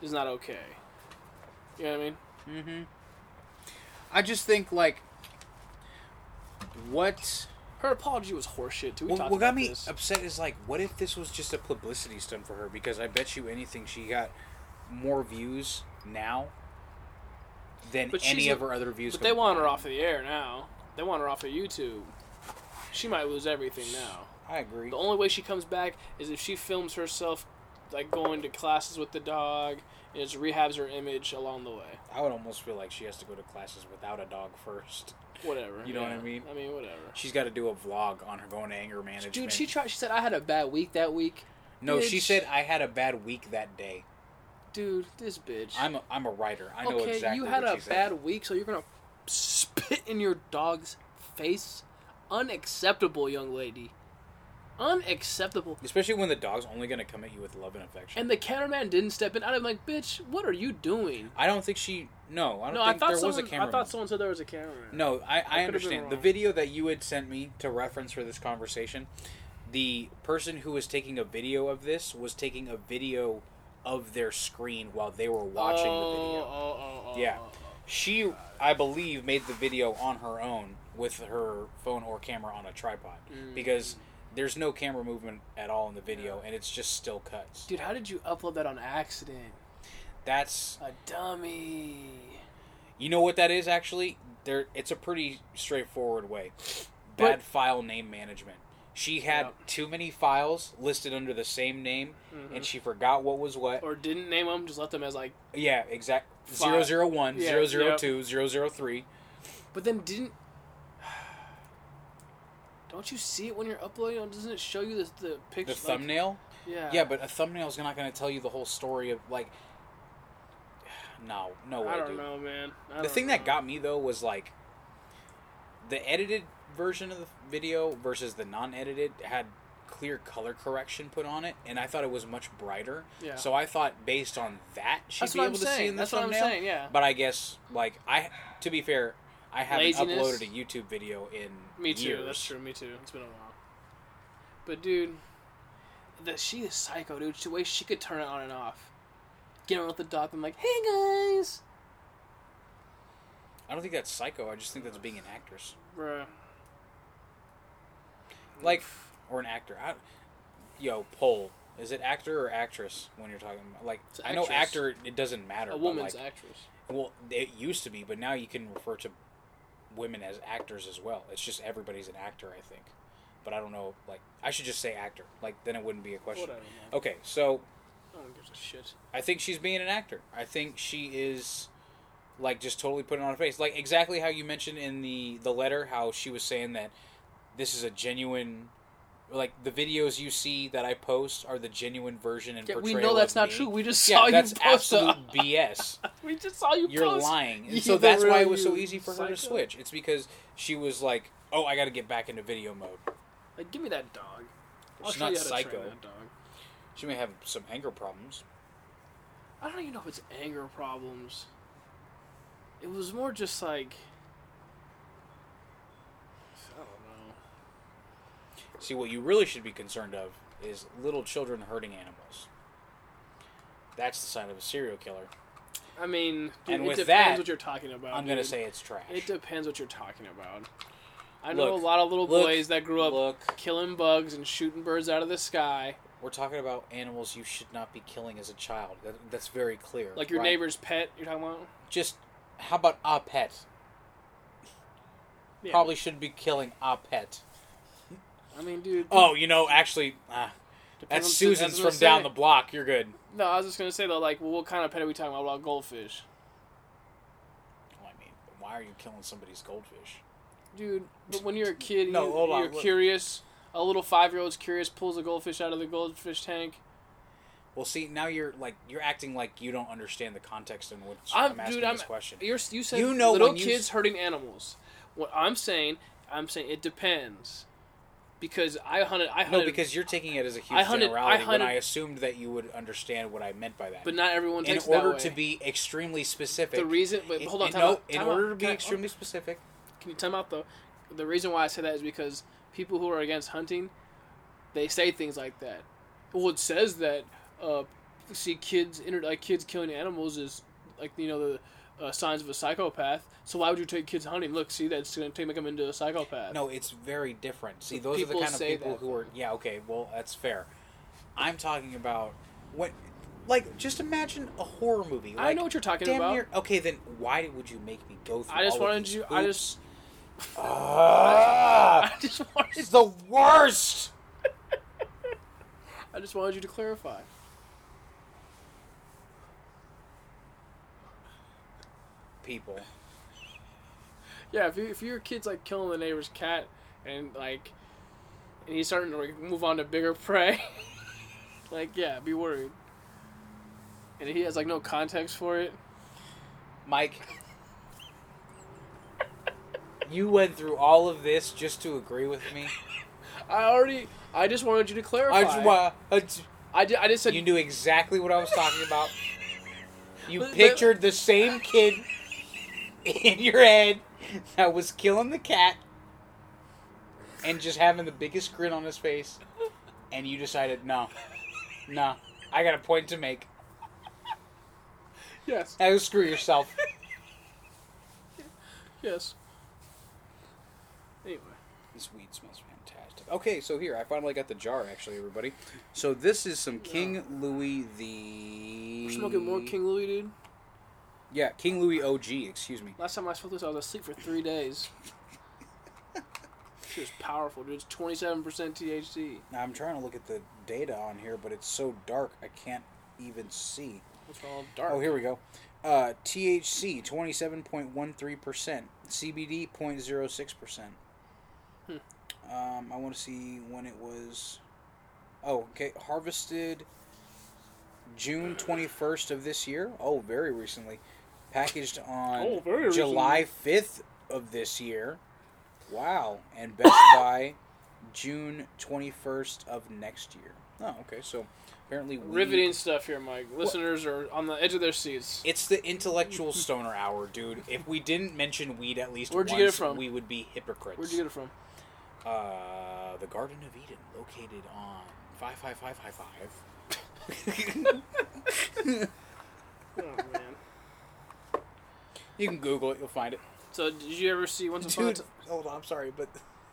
Speaker 1: is not okay. You know what I mean?
Speaker 2: I just think like what
Speaker 1: Her apology was horseshit too. We
Speaker 2: what,
Speaker 1: talked
Speaker 2: what
Speaker 1: about
Speaker 2: got me
Speaker 1: this.
Speaker 2: upset is like what if this was just a publicity stunt for her because I bet you anything she got more views now than
Speaker 1: But she's
Speaker 2: any
Speaker 1: a-
Speaker 2: of her other views.
Speaker 1: But they want her
Speaker 2: combined.
Speaker 1: off the air now. They want her off of YouTube. She might lose everything now.
Speaker 2: I agree.
Speaker 1: The only way she comes back is if she films herself, like going to classes with the dog, and just rehabs her image along the way.
Speaker 2: I would almost feel like she has to go to classes without a dog first.
Speaker 1: Whatever.
Speaker 2: You know what I mean?
Speaker 1: I mean, whatever.
Speaker 2: She's got to do a vlog on her going to anger management.
Speaker 1: Dude, she tried. She said I had a bad week that week.
Speaker 2: no, she
Speaker 1: bitch.
Speaker 2: said I had a bad week that day.
Speaker 1: Dude, this bitch.
Speaker 2: I'm a, I'm a writer. I know
Speaker 1: okay,
Speaker 2: exactly.
Speaker 1: you had
Speaker 2: what
Speaker 1: a
Speaker 2: she said.
Speaker 1: bad week, so you're gonna spit in your dog's face. Unacceptable, young lady. Unacceptable.
Speaker 2: Especially when the dog's only going to come at you with love and affection.
Speaker 1: And the cameraman didn't step in. I'm like, bitch, what are you doing?
Speaker 2: I don't think she. No, I don't
Speaker 1: No, I
Speaker 2: think
Speaker 1: thought
Speaker 2: there
Speaker 1: someone.
Speaker 2: was a camera.
Speaker 1: I thought someone said there was a cameraman.
Speaker 2: No, I, I
Speaker 1: been
Speaker 2: understand. The
Speaker 1: wrong.
Speaker 2: video that you had sent me to reference for this conversation, the person who was taking a video of this was taking a video of their screen while they were watching the video.
Speaker 1: Oh, oh, oh,
Speaker 2: Yeah.
Speaker 1: oh, oh.
Speaker 2: She, I believe, made the video on her own with her phone or camera on a tripod
Speaker 1: Mm.
Speaker 2: because there's no camera movement at all in the video and it's just still cuts.
Speaker 1: Dude, how did you upload that on accident?
Speaker 2: That's
Speaker 1: A dummy.
Speaker 2: you know what that is actually. There, it's a pretty straightforward way.
Speaker 1: But-
Speaker 2: Bad file name management. She had
Speaker 1: Yep. Mm-hmm.
Speaker 2: too many files listed under the same name, and she forgot what was what.
Speaker 1: Or didn't name them, just left them as like.
Speaker 2: yeah, exact.
Speaker 1: File.
Speaker 2: 001,
Speaker 1: Yeah,
Speaker 2: 002, 003.
Speaker 1: But then didn't. Don't you see it when you're uploading? it? Doesn't it show you the, the picture?
Speaker 2: The thumbnail.
Speaker 1: Yeah.
Speaker 2: yeah, but a thumbnail's not going to tell you the whole story of like. No, no way,
Speaker 1: I don't
Speaker 2: dude.
Speaker 1: know, man. I
Speaker 2: The
Speaker 1: don't
Speaker 2: thing that
Speaker 1: know.
Speaker 2: got me though was like the edited version of the video versus the non-edited had clear color correction put on it, and I thought it was much brighter.
Speaker 1: Yeah.
Speaker 2: So I thought based on that she'd
Speaker 1: That's
Speaker 2: be
Speaker 1: what
Speaker 2: able
Speaker 1: I'm
Speaker 2: to see
Speaker 1: saying.
Speaker 2: in the
Speaker 1: That's what I'm
Speaker 2: thumbnail.
Speaker 1: saying, yeah.
Speaker 2: But I guess like I, to be fair, I haven't
Speaker 1: Laziness?
Speaker 2: uploaded a YouTube video in
Speaker 1: Me too.
Speaker 2: years.
Speaker 1: That's true. Me too. It's been a while. But dude, that she is psycho, dude. The way she could turn it on and off. Get on with the dog. I'm like, hey guys,
Speaker 2: I don't think that's psycho. I just think that's being an actress,
Speaker 1: bruh. Mm.
Speaker 2: like or an actor. I, yo, poll. Is it actor or actress when you're talking? About, like
Speaker 1: It's
Speaker 2: I know
Speaker 1: actress.
Speaker 2: actor. It doesn't matter.
Speaker 1: A
Speaker 2: but,
Speaker 1: woman's
Speaker 2: like,
Speaker 1: actress.
Speaker 2: Well, it used to be, but now you can refer to women as actors as well. It's just everybody's an actor, I think. But I don't know. Like, I should just say actor. Like, then it wouldn't be a question.
Speaker 1: Whatever. Man.
Speaker 2: Okay, so
Speaker 1: No one gives a shit.
Speaker 2: I think she's being an actor. I think she is, like, just totally putting on her face. Like exactly how you mentioned in the the letter, how she was saying that this is a genuine. Like the videos you see that I post are the genuine version and
Speaker 1: Yeah, we
Speaker 2: portrayal.
Speaker 1: know that's
Speaker 2: of
Speaker 1: not
Speaker 2: me.
Speaker 1: true. We just saw
Speaker 2: Yeah,
Speaker 1: you
Speaker 2: that's
Speaker 1: post
Speaker 2: absolute
Speaker 1: a-
Speaker 2: BS.
Speaker 1: We just saw you
Speaker 2: You're
Speaker 1: post.
Speaker 2: lying. And
Speaker 1: You
Speaker 2: so
Speaker 1: the
Speaker 2: that's why it
Speaker 1: real
Speaker 2: was so
Speaker 1: you,
Speaker 2: easy for her to
Speaker 1: psycho.
Speaker 2: switch. It's because she was like, "Oh, I got to get back into video mode."
Speaker 1: Like, give me that dog. I'll
Speaker 2: She's
Speaker 1: show
Speaker 2: not
Speaker 1: you how to train
Speaker 2: psycho.
Speaker 1: that dog.
Speaker 2: She may have some anger problems.
Speaker 1: I don't even know if it's anger problems. It was more just like I don't know.
Speaker 2: See, what you really should be concerned of is little children hurting animals. That's the sign of a serial killer.
Speaker 1: I mean, dude,
Speaker 2: And
Speaker 1: it
Speaker 2: with
Speaker 1: depends
Speaker 2: that,
Speaker 1: what you're talking about.
Speaker 2: I'm gonna
Speaker 1: dude.
Speaker 2: say it's trash.
Speaker 1: it depends what you're talking about. I know
Speaker 2: Look,
Speaker 1: a lot of little
Speaker 2: look,
Speaker 1: boys that grew up
Speaker 2: Look,
Speaker 1: killing bugs and shooting birds out of the sky,
Speaker 2: we're talking about animals you should not be killing as a child. That, that's very clear.
Speaker 1: like your
Speaker 2: right?
Speaker 1: neighbor's pet. You're talking about?
Speaker 2: Just how about a pet?
Speaker 1: Yeah.
Speaker 2: Probably shouldn't be killing a pet.
Speaker 1: I mean, dude.
Speaker 2: Oh, you know, actually, ah,
Speaker 1: depends
Speaker 2: that's
Speaker 1: on-
Speaker 2: Susan's
Speaker 1: that's what
Speaker 2: from
Speaker 1: I'm
Speaker 2: down
Speaker 1: saying.
Speaker 2: the block. You're good.
Speaker 1: No, I was just gonna say though, like, well, what kind of pet are we talking about? What about goldfish,
Speaker 2: Well, I mean, why are you killing somebody's goldfish?
Speaker 1: dude? But when you're a kid,
Speaker 2: No,
Speaker 1: you,
Speaker 2: hold on,
Speaker 1: you're
Speaker 2: look.
Speaker 1: curious. A little five-year-old's curious, pulls a goldfish out of the goldfish tank.
Speaker 2: Well, see, now you're like you're acting like you don't understand the context in which
Speaker 1: I'm-
Speaker 2: I'm, asking
Speaker 1: dude, I'm-
Speaker 2: this question.
Speaker 1: You're, you said
Speaker 2: You know
Speaker 1: little
Speaker 2: when you
Speaker 1: kids
Speaker 2: s-
Speaker 1: hurting animals. What I'm saying, I'm saying it depends, because I hunted. I hunted.
Speaker 2: No, because you're taking it as a huge
Speaker 1: I hunted- I
Speaker 2: generality when
Speaker 1: hunted-
Speaker 2: I assumed that you would understand what I meant by that.
Speaker 1: but not everyone
Speaker 2: in
Speaker 1: takes it
Speaker 2: order
Speaker 1: that
Speaker 2: to
Speaker 1: way.
Speaker 2: be extremely specific,
Speaker 1: the reason. But
Speaker 2: in-
Speaker 1: hold on,
Speaker 2: in,
Speaker 1: time
Speaker 2: no,
Speaker 1: out,
Speaker 2: in
Speaker 1: time out.
Speaker 2: order to be
Speaker 1: Can I-
Speaker 2: extremely specific,
Speaker 1: Can you time out though? The reason why I say that is because people who are against hunting, they say things like that. Well, it says that uh, see kids inter- like kids killing animals is like you know the uh, signs of a psychopath. So why would you take kids hunting? Look, see that's going to make them into a psychopath.
Speaker 2: no, it's very different. See,
Speaker 1: But
Speaker 2: those are the
Speaker 1: people
Speaker 2: kind of
Speaker 1: say
Speaker 2: people
Speaker 1: that,
Speaker 2: who are yeah, okay, well, that's fair. I'm talking about what, like, just imagine a horror movie.
Speaker 1: I
Speaker 2: like,
Speaker 1: know what you're talking
Speaker 2: Damn
Speaker 1: about.
Speaker 2: near. Okay, then why would you make me go through?
Speaker 1: I just
Speaker 2: all of
Speaker 1: wanted
Speaker 2: these
Speaker 1: you. I
Speaker 2: hoops?
Speaker 1: just.
Speaker 2: Ah,
Speaker 1: I just wanted.
Speaker 2: it's the worst.
Speaker 1: I just wanted you to clarify.
Speaker 2: People.
Speaker 1: Yeah, if, you, if your kid's like killing the neighbor's cat and like, and he's starting to like, move on to bigger prey, like yeah, be worried. And he has like no context for it.
Speaker 2: Mike, you went through all of this just to agree with me.
Speaker 1: I already. I just wanted you to clarify.
Speaker 2: I just wa- I ju-
Speaker 1: I, ju- I just said.
Speaker 2: you knew exactly what I was talking about. You
Speaker 1: But- but-
Speaker 2: pictured the same kid in your head that was killing the cat and just having the biggest grin on his face, and you decided, no, no, I got a point to make.
Speaker 1: yes.
Speaker 2: Oh, screw yourself.
Speaker 1: Yes. Anyway,
Speaker 2: This weed smells fantastic. Okay, so here I finally got the jar. Actually, everybody. So this is some King Louis the.
Speaker 1: we're smoking more King Louis, dude.
Speaker 2: Yeah, King Louis OG. Excuse me.
Speaker 1: Last time I smoked this, I was asleep for three days. It was powerful, dude. It's twenty-seven percent THC.
Speaker 2: Now, I'm trying to look at the data on here, but it's so dark I can't even see.
Speaker 1: It's all dark.
Speaker 2: Oh, here we go. Uh, THC twenty seven point one three percent. CBD 006 percent.
Speaker 1: Hmm.
Speaker 2: Um, I want to see when it was. Oh, okay. Harvested June twenty first of this year. Oh, very recently. Packaged on
Speaker 1: Oh, very
Speaker 2: July fifth of this year. Wow. And Best Buy June 21st of next year. Oh, okay. So apparently we-
Speaker 1: Riveting stuff here, Mike. Listeners are on the edge of their seats.
Speaker 2: It's the intellectual stoner hour, dude. If we didn't mention weed at least
Speaker 1: Where'd you
Speaker 2: once,
Speaker 1: get it from?
Speaker 2: we would be hypocrites.
Speaker 1: Where'd you get it from?
Speaker 2: Uh, the Garden of Eden, located on five five five five five.
Speaker 1: Oh man.
Speaker 2: You can Google it; you'll find it.
Speaker 1: So did you ever see Once Upon a
Speaker 2: Dude,
Speaker 1: Time?
Speaker 2: hold on. I'm sorry, but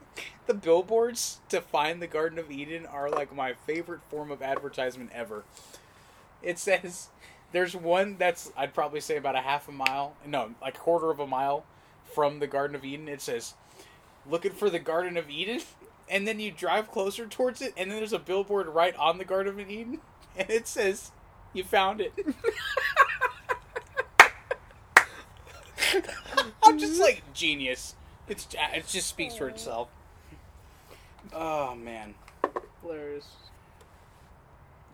Speaker 2: the billboards to find the Garden of Eden are like my favorite form of advertisement ever. It says there's one that's I'd probably say about a half a mile, no, like quarter of a mile from the Garden of Eden. It says looking for the Garden of Eden, and then you drive closer towards it, and then there's a billboard right on the Garden of Eden, and it says you found it. I'm just like genius. It's uh, it just speaks for itself. Oh man,
Speaker 1: Hilarious.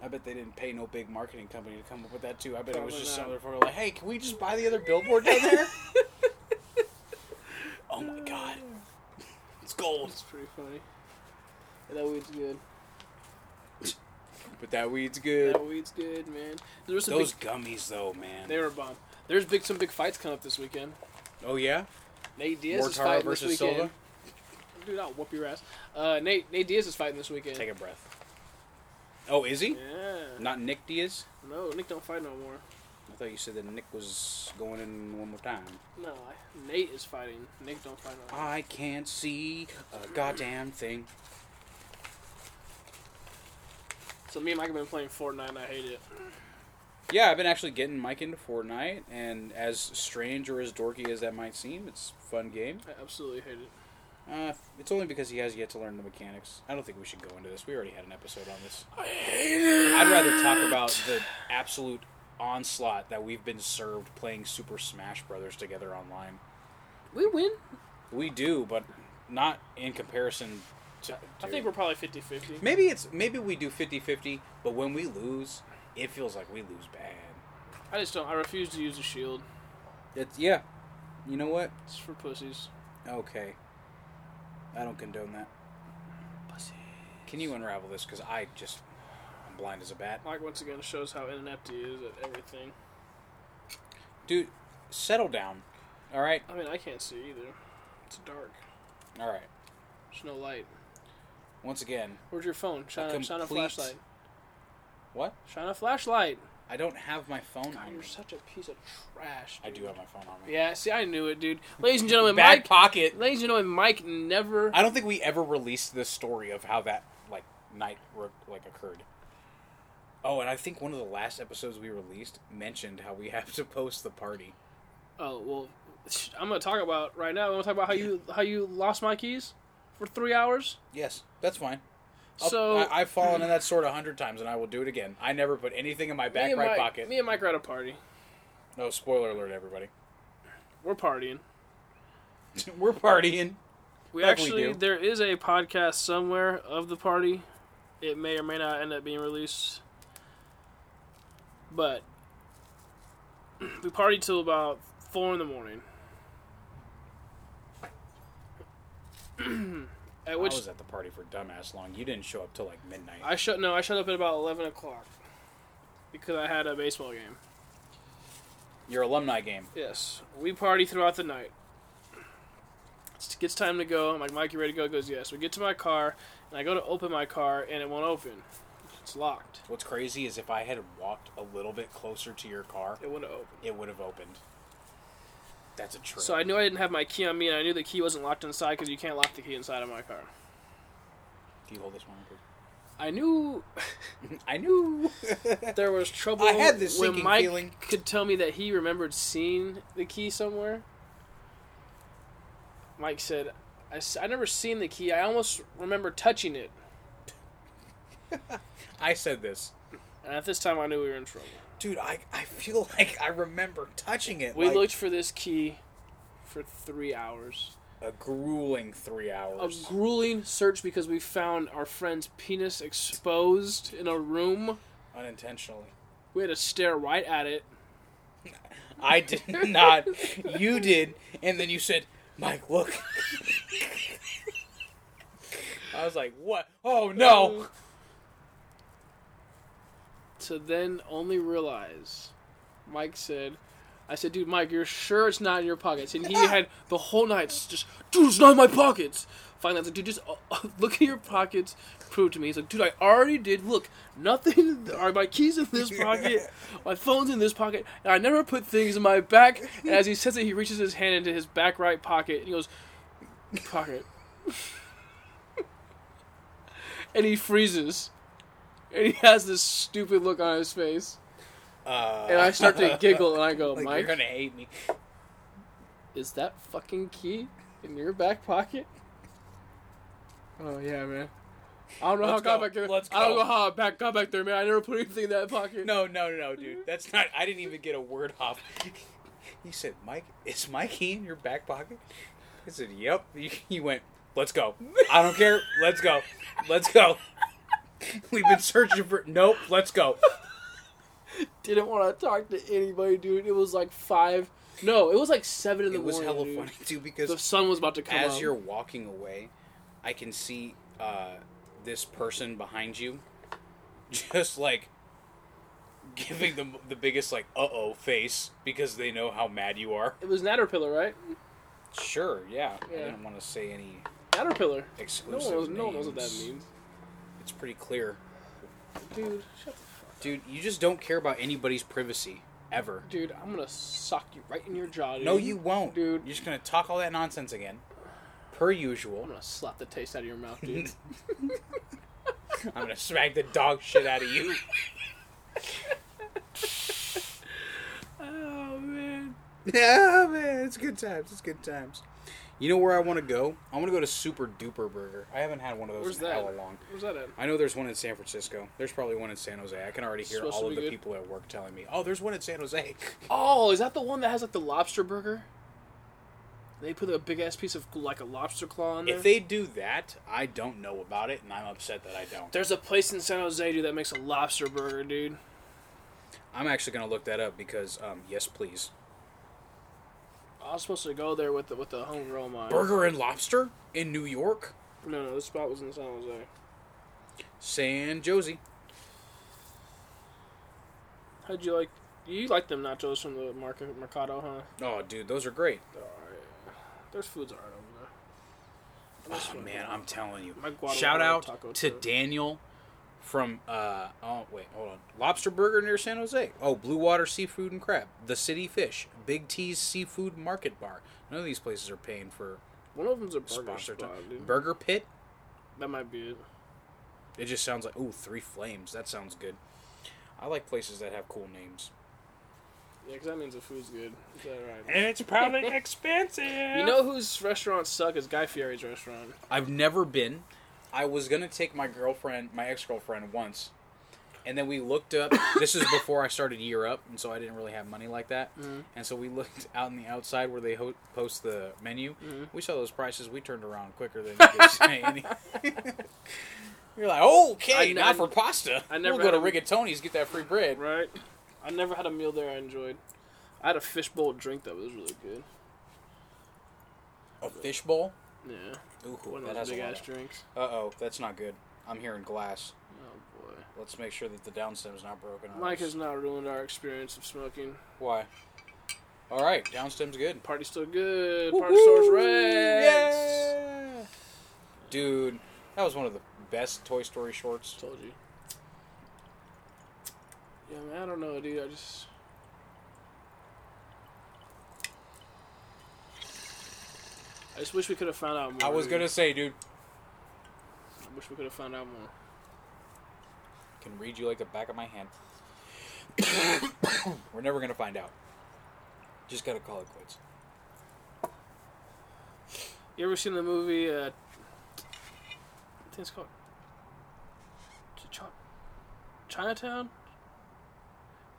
Speaker 2: I bet they didn't pay no big marketing company to come up with that too. I bet it was
Speaker 1: Probably
Speaker 2: just
Speaker 1: not.
Speaker 2: some other photo like, hey, can we just buy the other billboard down there? oh my god, it's gold.
Speaker 1: It's pretty funny. Yeah, that weed's good.
Speaker 2: But that weed's good.
Speaker 1: That weed's good, man. There was some
Speaker 2: Those
Speaker 1: big,
Speaker 2: gummies though, man.
Speaker 1: they were bomb. There's big some big fights coming up this weekend.
Speaker 2: oh yeah,
Speaker 1: Nate Diaz is
Speaker 2: Mortara
Speaker 1: fighting
Speaker 2: versus
Speaker 1: this weekend.
Speaker 2: Silva.
Speaker 1: Dude, I'll whoop your ass. Uh, Nate Nate Diaz is fighting this weekend.
Speaker 2: Take a breath. Oh, is he?
Speaker 1: yeah.
Speaker 2: Not Nick Diaz.
Speaker 1: No, Nick don't fight no more.
Speaker 2: I thought you said that Nick was going in one more time.
Speaker 1: No, I, Nate is fighting. Nick don't fight no more.
Speaker 2: I can't see a goddamn thing. Uh.
Speaker 1: So me and Mike have been playing Fortnite. and I hate it.
Speaker 2: Yeah, I've been actually getting Mike into Fortnite, and as strange or as dorky as that might seem, it's a fun game.
Speaker 1: I absolutely hate it.
Speaker 2: Uh, it's only because he has yet to learn the mechanics. I don't think we should go into this. We already had an episode on this.
Speaker 1: I hate it.
Speaker 2: I'd rather talk about the absolute onslaught that we've been served playing Super Smash Brothers together online.
Speaker 1: We win.
Speaker 2: We do, but not in comparison to.
Speaker 1: I think we're probably 50-50.
Speaker 2: Maybe it's maybe we do 50-50, but when we lose, it feels like we lose bad.
Speaker 1: I just don't. I refuse to use the shield.
Speaker 2: It's yeah. You know what?
Speaker 1: It's for pussies.
Speaker 2: Okay. I don't condone that.
Speaker 1: Pussy.
Speaker 2: Can you unravel this? Because I just. I'm blind as a bat.
Speaker 1: Mike once again shows how inept he is at everything.
Speaker 2: Dude, settle down. Alright?
Speaker 1: I mean, I can't see either. It's dark.
Speaker 2: Alright.
Speaker 1: There's no light.
Speaker 2: Once again,
Speaker 1: Where's your phone? Shine a, shine a
Speaker 2: complete-
Speaker 1: flashlight.
Speaker 2: what?
Speaker 1: Shine a flashlight.
Speaker 2: I don't have my phone on
Speaker 1: You're
Speaker 2: me.
Speaker 1: such a piece of trash.
Speaker 2: I
Speaker 1: Dude.
Speaker 2: do have my phone on me.
Speaker 1: Yeah, see, I knew it, dude. Ladies and gentlemen,
Speaker 2: Back
Speaker 1: Mike.
Speaker 2: pocket.
Speaker 1: Ladies and gentlemen, Mike never.
Speaker 2: I don't think we ever released the story of how that, like, night, re- like, occurred. Oh, and I think one of the last episodes we released mentioned how we have to post the party.
Speaker 1: Oh well, sh- I'm gonna talk about right now. I'm gonna talk about how you how you lost my keys for three hours.
Speaker 2: Yes, that's fine.
Speaker 1: So-
Speaker 2: Oh, I, have fallen in that sort a hundred times, and I will do it again. I never put anything in my
Speaker 1: Me
Speaker 2: back
Speaker 1: and
Speaker 2: right
Speaker 1: Mike-
Speaker 2: pocket.
Speaker 1: Me and Mike are at a party.
Speaker 2: No spoiler alert, everybody.
Speaker 1: We're partying.
Speaker 2: We're partying.
Speaker 1: We
Speaker 2: Like we
Speaker 1: actually
Speaker 2: do.
Speaker 1: there is a podcast somewhere of the party. It may or may not end up being released. But we partied till about four in the morning. at which
Speaker 2: I was at the party for dumbass long. You didn't show up till like midnight.
Speaker 1: I shut no, I shut up at about eleven o'clock because I had a baseball game.
Speaker 2: Your alumni game.
Speaker 1: Yes, we party throughout the night. It gets time to go. I'm like, Mike, you ready to go? He goes, yes. We get to my car, and I go to open my car, and it won't open. It's locked.
Speaker 2: What's crazy is if I had walked a little bit closer to your car,
Speaker 1: It wouldn't open.
Speaker 2: it would have opened. That's a trip.
Speaker 1: So I knew I didn't have my key on me, and I knew the key wasn't locked inside because you can't lock the key inside of my car.
Speaker 2: Can you hold this one? please?
Speaker 1: I knew
Speaker 2: I knew.
Speaker 1: there was trouble.
Speaker 2: I had this
Speaker 1: when
Speaker 2: sinking
Speaker 1: Mike
Speaker 2: feeling.
Speaker 1: could tell me that he remembered seeing the key somewhere. Mike said, "I, s- I never seen the key. I almost remember touching it."
Speaker 2: I said this.
Speaker 1: And at this time, I knew we were in trouble.
Speaker 2: Dude, I, I feel like I remember touching it.
Speaker 1: We
Speaker 2: like,
Speaker 1: looked for this key for three hours.
Speaker 2: a grueling three
Speaker 1: A
Speaker 2: hours.
Speaker 1: grueling search because we found our friend's penis exposed in a room.
Speaker 2: unintentionally.
Speaker 1: We had to stare right at it.
Speaker 2: I did not. You did, and then you said, "Mike, look." I was like, what? Oh no!
Speaker 1: To then only realize, Mike said, I said, dude, Mike, you're sure it's not in your pockets? And he had the whole night s- just, dude, it's not in my pockets. Finally, I was like, dude, just uh, look at your pockets, prove it to me. He's like, dude, I already did. Look, nothing. Are my keys in this pocket? My phone's in this pocket. And I never put things in my back. And as he says it, he reaches his hand into his back right pocket and he goes, pocket. and he freezes. And he has this stupid look on his face.
Speaker 2: Uh,
Speaker 1: And I start to giggle and I go,
Speaker 2: like,
Speaker 1: Mike,
Speaker 2: you're gonna hate me.
Speaker 1: is that fucking key in your back pocket? Oh yeah, man. I don't know
Speaker 2: Let's
Speaker 1: how I got
Speaker 2: go.
Speaker 1: back there.
Speaker 2: Let's
Speaker 1: I don't
Speaker 2: go.
Speaker 1: know how I back got back there, man. I never put anything in that pocket.
Speaker 2: No, no, no, no, dude. That's not. I didn't even get a word off. He said, "Mike, is my key in your back pocket?" I said, "Yep." He, he went, "Let's go. I don't care. Let's go. Let's go." We've been searching for. Nope. Let's go.
Speaker 1: Didn't want to talk to anybody, dude. It was like five. No, it was like seven in the
Speaker 2: It was
Speaker 1: morning.
Speaker 2: hella
Speaker 1: dude.
Speaker 2: funny too because
Speaker 1: The sun was about to come
Speaker 2: as
Speaker 1: up.
Speaker 2: you're walking away, I can see uh, this person behind you, just like giving them the biggest like uh oh face because they know how mad you are.
Speaker 1: It was Natterpillar, right?
Speaker 2: Sure, yeah. I
Speaker 1: Yeah.
Speaker 2: didn't want to say any
Speaker 1: Natterpillar. No
Speaker 2: exclusive
Speaker 1: one, knows, no one knows what that
Speaker 2: names.
Speaker 1: means.
Speaker 2: It's pretty clear,
Speaker 1: Dude, shut the
Speaker 2: dude. You just don't care about anybody's privacy ever.
Speaker 1: Dude, I'm gonna sock you right in your jaw, dude.
Speaker 2: no, you won't,
Speaker 1: Dude.
Speaker 2: You're just gonna talk all that nonsense again, per usual.
Speaker 1: I'm gonna slap the taste out of your mouth, dude.
Speaker 2: I'm gonna smack the dog shit out of you.
Speaker 1: oh man.
Speaker 2: Yeah, man, it's good times. It's good times. You know where I want to go? I want to go to Super Duper Burger. I haven't had one of those
Speaker 1: Where's
Speaker 2: in
Speaker 1: that?
Speaker 2: hella long.
Speaker 1: Where's that at?
Speaker 2: I know there's one in San Francisco. There's probably one in San Jose. I can already hear
Speaker 1: Supposed to
Speaker 2: all
Speaker 1: be
Speaker 2: of the
Speaker 1: good?
Speaker 2: people at work telling me, "Oh, there's one in San Jose."
Speaker 1: Oh, is that the one that has like the lobster burger? They put a big ass piece of like a lobster claw on there.
Speaker 2: If they do that, I don't know about it, and I'm upset that I don't.
Speaker 1: There's a place in San Jose, dude, that makes a lobster burger, dude.
Speaker 2: I'm actually gonna look that up because, um, yes, please.
Speaker 1: I was supposed to go there with the, with the homegirl of mine.
Speaker 2: Burger and lobster in New York,
Speaker 1: No, no, this spot was in San Jose.
Speaker 2: San Jose.
Speaker 1: How'd you like? You like them nachos from the market Mercado, huh?
Speaker 2: Oh, dude, those are great.
Speaker 1: They're alright. There's food's alright over there. This
Speaker 2: Oh
Speaker 1: one-
Speaker 2: man, I'm telling you.
Speaker 1: My Guadalajara
Speaker 2: Shout
Speaker 1: taco
Speaker 2: out to
Speaker 1: too.
Speaker 2: Daniel from uh oh wait, hold on. Lobster Burger near San Jose. Oh, Blue Water Seafood and Crab, The City Fish, Big T's Seafood Market Bar. None of these places are paying for
Speaker 1: One of them's a burger
Speaker 2: sponsor
Speaker 1: spot,
Speaker 2: time.
Speaker 1: dude.
Speaker 2: Burger Pit.
Speaker 1: that might be it.
Speaker 2: It just sounds like ooh, Three Flames. That sounds good. I like places that have cool names.
Speaker 1: Yeah, 'cause that means the food's good. Is that right?
Speaker 2: And it's probably expensive.
Speaker 1: You know whose restaurants suck is Guy Fieri's restaurant.
Speaker 2: I've never been. I was gonna take my girlfriend, my ex girlfriend, once, and then we looked up. this is before I started year up, and so I didn't really have money like that.
Speaker 1: Mm-hmm.
Speaker 2: And so we looked out in the outside where they ho- post the menu.
Speaker 1: Mm-hmm.
Speaker 2: We saw those prices. We turned around quicker than we could say anything. You're like, okay,
Speaker 1: I-
Speaker 2: not
Speaker 1: I-
Speaker 2: for pasta.
Speaker 1: I
Speaker 2: I
Speaker 1: never
Speaker 2: never we'll go to
Speaker 1: had
Speaker 2: Rigatoni's get that free bread.
Speaker 1: Right? I never had a meal there I enjoyed. I had a fishbowl drink that was really good.
Speaker 2: A fishbowl.
Speaker 1: Yeah.
Speaker 2: Ooh,
Speaker 1: One
Speaker 2: that
Speaker 1: of those
Speaker 2: has a
Speaker 1: big ass
Speaker 2: lot.
Speaker 1: drinks.
Speaker 2: Uh oh, that's not good. I'm hearing glass.
Speaker 1: Oh boy.
Speaker 2: Let's make sure that the down stem's not broken. on
Speaker 1: Mike
Speaker 2: us.
Speaker 1: has not ruined our experience of smoking.
Speaker 2: Why? All right, downstem's good.
Speaker 1: Party's still good. Party store's red.
Speaker 2: Yeah. Dude, that was one of the best Toy Story shorts.
Speaker 1: Told you. Yeah, man, I don't know, dude. I just. I just wish we could have found out more.
Speaker 2: I was
Speaker 1: dude.
Speaker 2: gonna say, dude,
Speaker 1: I wish we could have found out more.
Speaker 2: can read you like the back of my hand. We're never gonna find out. Just gotta call it quits.
Speaker 1: You ever seen the movie? Uh, I think it's called Ch- Ch- Chinatown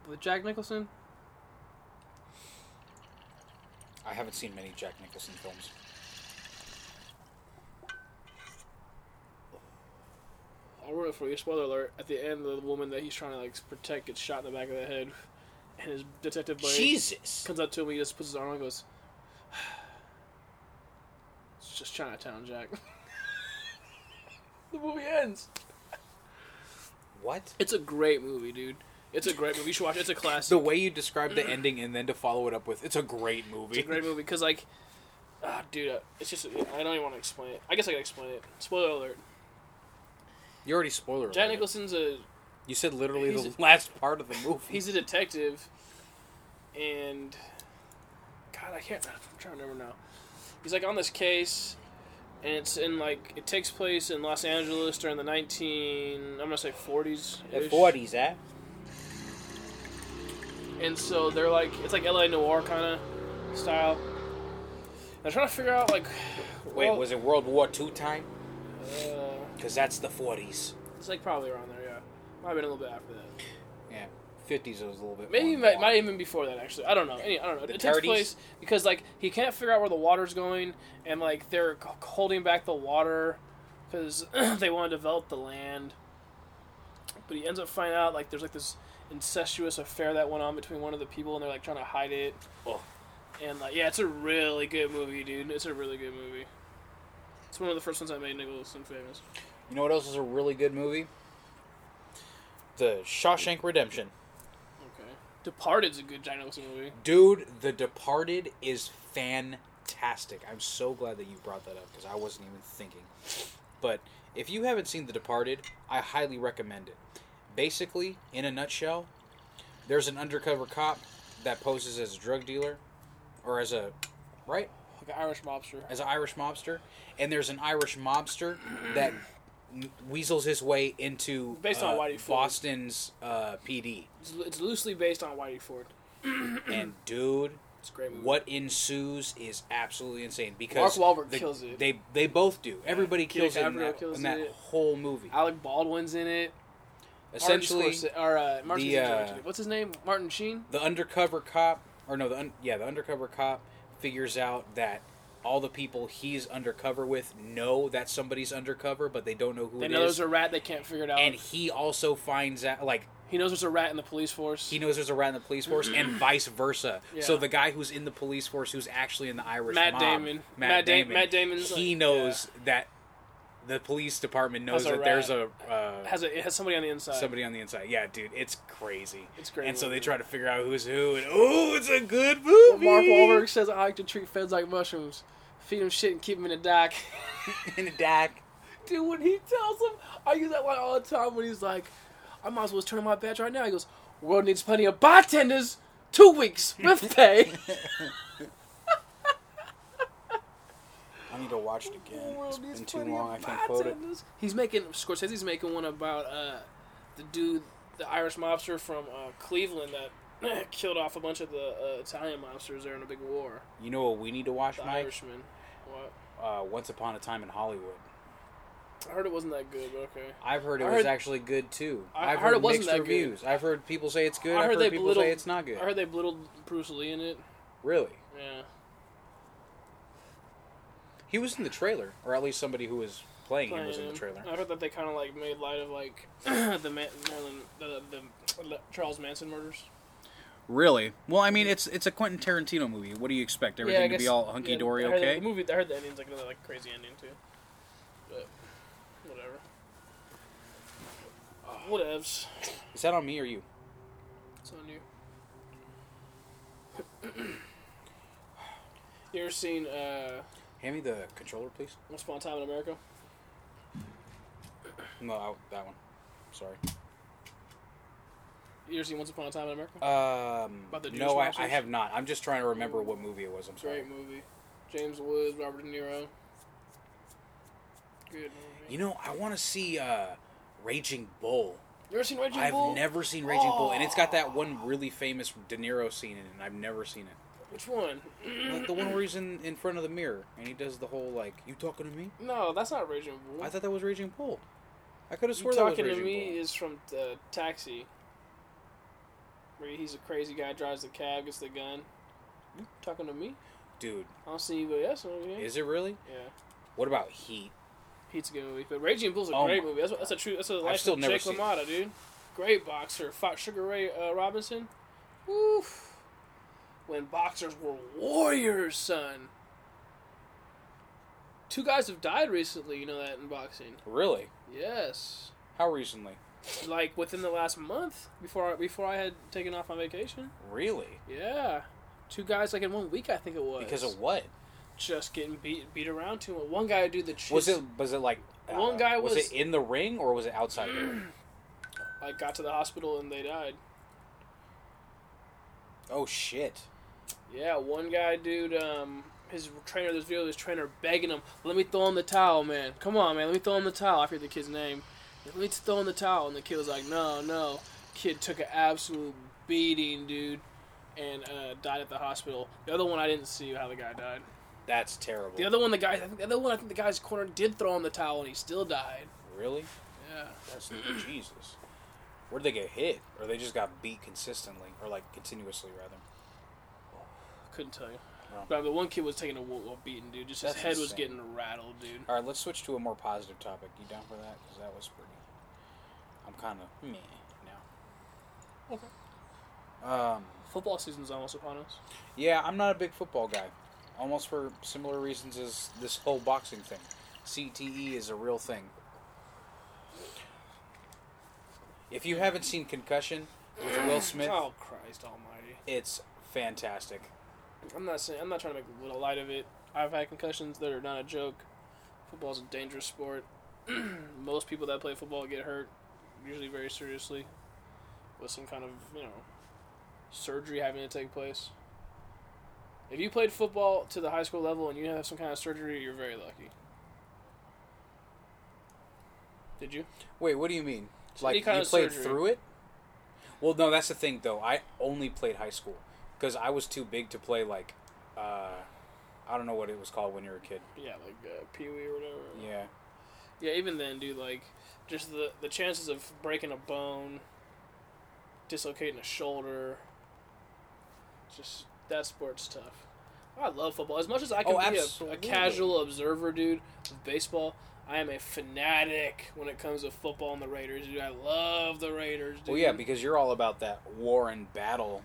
Speaker 1: with Jack Nicholson.
Speaker 2: I haven't seen many Jack Nicholson films.
Speaker 1: I'll ruin it for you. Spoiler alert: At the end, the woman that he's trying to like protect gets shot in the back of the head, and his detective buddy
Speaker 2: Jesus.
Speaker 1: comes up to him. He just puts his arm on, and goes, "It's just Chinatown, Jack." the movie ends.
Speaker 2: What?
Speaker 1: It's a great movie, dude. It's a great movie. You should watch it. It's a classic.
Speaker 2: The way you describe the ending and then to follow it up with it's a great movie.
Speaker 1: It's a great movie because like, ah, dude, uh, it's just I don't even want to explain it. I guess I can explain it. Spoiler alert:
Speaker 2: You already spoiler
Speaker 1: Jack
Speaker 2: alerted.
Speaker 1: Nicholson's a
Speaker 2: You said literally the
Speaker 1: He's-
Speaker 2: last part of the movie.
Speaker 1: he's a detective, and God, I can't. I'm trying to remember now. He's like on this case, and it's in like it takes place in Los Angeles during the 19 I'm gonna say 40s.
Speaker 2: at forties, eh?
Speaker 1: And so they're like, it's like LA noir kind of style. They're trying to figure out like,
Speaker 2: Wait,
Speaker 1: well,
Speaker 2: was it World War II time?
Speaker 1: uh,
Speaker 2: Because that's the forties.
Speaker 1: it's like probably around there, yeah. Might have been a little bit after that.
Speaker 2: Yeah, fifties was a little bit.
Speaker 1: Maybe it
Speaker 2: more
Speaker 1: might,
Speaker 2: long.
Speaker 1: might even before that. Actually, I don't know. Any, I don't know.
Speaker 2: The
Speaker 1: it takes
Speaker 2: 30s?
Speaker 1: place because like he can't figure out where the water's going, and like they're c- holding back the water because they want to develop the land. But he ends up finding out like there's like this incestuous affair that went on between one of the people, and they're like trying to hide it.
Speaker 2: Ugh.
Speaker 1: And like, yeah, it's a really good movie, dude. It's a really good movie. It's one of the first ones that made Nicholson famous.
Speaker 2: You know what else is a really good movie? The Shawshank Redemption.
Speaker 1: Okay, Departed's a good Jack Nicholson movie.
Speaker 2: Dude, The Departed is fantastic. I'm so glad that you brought that up because I wasn't even thinking. But if you haven't seen The Departed, I highly recommend it. Basically, in a nutshell, there's an undercover cop that poses as a drug dealer or as a right
Speaker 1: Like an Irish mobster.
Speaker 2: as an Irish mobster, and there's an Irish mobster that weasels his way into
Speaker 1: Based on
Speaker 2: uh,
Speaker 1: Whitey Ford.
Speaker 2: Boston's uh, PD.
Speaker 1: It's, it's loosely based on Whitey Ford.
Speaker 2: and dude,
Speaker 1: It's a great movie.
Speaker 2: what ensues is absolutely insane because
Speaker 1: Mark Wahlberg
Speaker 2: the-
Speaker 1: kills it.
Speaker 2: They they both do. Everybody kills it in
Speaker 1: DiCaprio
Speaker 2: that,
Speaker 1: kills
Speaker 2: in that
Speaker 1: it.
Speaker 2: whole movie.
Speaker 1: Alec Baldwin's in it.
Speaker 2: Essentially,
Speaker 1: Martin Scorsese, or, uh, Martin
Speaker 2: the,
Speaker 1: Scorsese,
Speaker 2: uh,
Speaker 1: actually. what's his name? Martin Sheen.
Speaker 2: the undercover cop, or no, the un, yeah, the undercover cop figures out that all the people he's undercover with know that somebody's undercover, but they don't know who
Speaker 1: They
Speaker 2: it
Speaker 1: know
Speaker 2: is.
Speaker 1: there's a rat. They can't figure it out.
Speaker 2: and he also finds out, like
Speaker 1: he knows there's a rat in the police force.
Speaker 2: he knows there's a rat in the police force, and vice versa. So
Speaker 1: Yeah.
Speaker 2: the guy who's in the police force, who's actually in the Irish
Speaker 1: Matt
Speaker 2: mob,
Speaker 1: Damon.
Speaker 2: Matt,
Speaker 1: Matt Da-
Speaker 2: Damon,
Speaker 1: Matt Damon's
Speaker 2: he
Speaker 1: like-
Speaker 2: knows that the police department knows
Speaker 1: Has a
Speaker 2: that
Speaker 1: rat.
Speaker 2: there's a uh,
Speaker 1: has a, it has somebody on the inside.
Speaker 2: somebody on the inside. Yeah, dude, it's crazy.
Speaker 1: It's crazy.
Speaker 2: And so they try to figure out who's who, and oh, it's a good movie.
Speaker 1: Mark Wahlberg says I like to treat feds like mushrooms, feed them shit and keep them in the dock.
Speaker 2: in the deck.
Speaker 1: Dude, when he tells them, I use that line all the time. When he's like, I might as well just turn in my badge right now. He goes, "World needs plenty of bartenders. Two weeks with pay."
Speaker 2: I need to watch it again.
Speaker 1: World
Speaker 2: It's
Speaker 1: needs
Speaker 2: been too
Speaker 1: plenty
Speaker 2: long. I
Speaker 1: of
Speaker 2: can't quote it.
Speaker 1: bartenders. He's making Scorsese's making one about uh, the dude, the Irish mobster from uh, Cleveland that killed off a bunch of the uh, Italian mobsters there in a big war.
Speaker 2: You know what we need to watch,
Speaker 1: The
Speaker 2: Mike?
Speaker 1: Irishman. What?
Speaker 2: Uh, Once Upon a Time in Hollywood.
Speaker 1: I heard it wasn't that good, but okay.
Speaker 2: I've heard it
Speaker 1: I
Speaker 2: was
Speaker 1: heard-
Speaker 2: actually good too.
Speaker 1: I- I
Speaker 2: I've
Speaker 1: heard
Speaker 2: heard,
Speaker 1: it wasn't
Speaker 2: mixed
Speaker 1: that good.
Speaker 2: reviews. I've heard people say it's good.
Speaker 1: I
Speaker 2: I've
Speaker 1: heard
Speaker 2: heard,
Speaker 1: they
Speaker 2: people
Speaker 1: belittled-
Speaker 2: say it's not good.
Speaker 1: I heard they belittled Bruce Lee in it.
Speaker 2: Really,
Speaker 1: Yeah.
Speaker 2: he was in the trailer, or at least somebody who was playing, him was in the
Speaker 1: Playing.
Speaker 2: trailer.
Speaker 1: I heard that they kind of like made light of like the Man- Marilyn, the, the, the Charles Manson murders.
Speaker 2: Really? Well, I mean, it's it's a Quentin Tarantino movie. What do you expect?
Speaker 1: Yeah, I guess- yeah, I heard The movie. I heard the ending's like another like crazy ending too. But whatever. Whatevs.
Speaker 2: Is that on me or you?
Speaker 1: It's on you. you ever seen uh,
Speaker 2: Hand me the controller, please.
Speaker 1: Once Upon a Time in America?
Speaker 2: No, I, that one. Sorry.
Speaker 1: You ever seen Once Upon a Time in America?
Speaker 2: Um,
Speaker 1: About the Jewish
Speaker 2: no, I, I
Speaker 1: mobsters?
Speaker 2: have not. I'm just trying to remember what movie it was. I'm sorry.
Speaker 1: Great movie. James Woods, Robert De Niro. Good movie.
Speaker 2: You know, I want to see uh, Raging Bull.
Speaker 1: You ever seen Raging
Speaker 2: I've
Speaker 1: Bull? Oh.
Speaker 2: never seen Raging Bull, and it's got that one really famous De Niro scene in it, and I've never seen it.
Speaker 1: Which one?
Speaker 2: Like the one where he's in, in front of the mirror, and he does the whole, like, you talking to me?
Speaker 1: No, that's not Raging Bull.
Speaker 2: I thought that was Raging Bull. I could have
Speaker 1: You
Speaker 2: sworn that was
Speaker 1: talking
Speaker 2: Raging
Speaker 1: to me
Speaker 2: Bull.
Speaker 1: is from uh, Taxi, where he's a crazy guy, drives the cab, gets the gun. You talking to me?
Speaker 2: Dude,
Speaker 1: I don't see anybody else over here.
Speaker 2: is it really?
Speaker 1: yeah,
Speaker 2: What about Heat?
Speaker 1: Heat's a good movie, but Raging Bull's a
Speaker 2: Oh
Speaker 1: great
Speaker 2: my
Speaker 1: movie. That's, that's a true. That's a life
Speaker 2: still
Speaker 1: of
Speaker 2: never
Speaker 1: Jake
Speaker 2: seen it.
Speaker 1: LaMotta, dude. Great boxer, fought Sugar Ray uh, Robinson. Woof. When boxers were warriors, son. Two guys have died recently. You know that in boxing.
Speaker 2: Really?
Speaker 1: Yes.
Speaker 2: How recently?
Speaker 1: Like within the last month, before I, before I had taken off my vacation.
Speaker 2: Really?
Speaker 1: Yeah. Two guys like in one week, I think it was.
Speaker 2: Because of what?
Speaker 1: just getting beat beat around to it. One guy do the chest,
Speaker 2: Was it was it like uh,
Speaker 1: One guy was-
Speaker 2: it in the ring or was it outside? the ring?
Speaker 1: like got to the hospital and they died.
Speaker 2: Oh shit!
Speaker 1: Yeah, one guy, dude. Um, his trainer, this video, of his trainer begging him, "Let me throw in the towel, man. Come on, man. Let me throw in the towel." I forget the kid's name. Let me throw in the towel, and the kid was like, "No, no." Kid took an absolute beating, dude, and uh, died at the hospital. The other one, I didn't see how the guy died.
Speaker 2: That's terrible.
Speaker 1: The other one, the guy, I think the other one, I think the guy's corner did throw in the towel, and he still died.
Speaker 2: really?
Speaker 1: Yeah.
Speaker 2: That's Jesus. Where'd they get hit? Or they just got beat consistently, or like continuously rather?
Speaker 1: Couldn't tell you.
Speaker 2: Wow.
Speaker 1: But the one kid was taking a, wo- a beating, dude. Just his
Speaker 2: That's
Speaker 1: head was
Speaker 2: insane.
Speaker 1: getting rattled, dude.
Speaker 2: All right, let's switch to a more positive topic. You down for that? Because that was pretty. I'm kind of meh now.
Speaker 1: Okay.
Speaker 2: Um,
Speaker 1: Football season's almost upon us.
Speaker 2: yeah, I'm not a big football guy, almost for similar reasons as this whole boxing thing. CTE is a real thing. If you haven't seen Concussion with Will Smith,
Speaker 1: Oh Christ Almighty!
Speaker 2: it's fantastic.
Speaker 1: I'm not saying I'm not trying to make a little light of it. I've had concussions that are not a joke. Football's a dangerous sport. Most people that play football get hurt, usually very seriously, with some kind of you know surgery having to take place. If you played football to the high school level and you have some kind of surgery, you're very lucky. Did you?
Speaker 2: Wait, what do you mean? Like
Speaker 1: any kind
Speaker 2: you
Speaker 1: of
Speaker 2: played
Speaker 1: surgery.
Speaker 2: through it? Well, no, that's the thing though. I only played high school because I was too big to play like, uh, I don't know what it was called when you were a kid.
Speaker 1: Yeah, like uh, Pee Wee or whatever.
Speaker 2: Yeah,
Speaker 1: Yeah, even then, dude, like, just the, the chances of breaking a bone, dislocating a shoulder, just that sport's tough. I love football. As much as I can
Speaker 2: Oh,
Speaker 1: be a, a
Speaker 2: absolutely.
Speaker 1: casual observer, dude, of baseball, I am a fanatic when it comes to football and the Raiders, dude. I love the Raiders, dude.
Speaker 2: well, yeah, because you're all about that war and battle,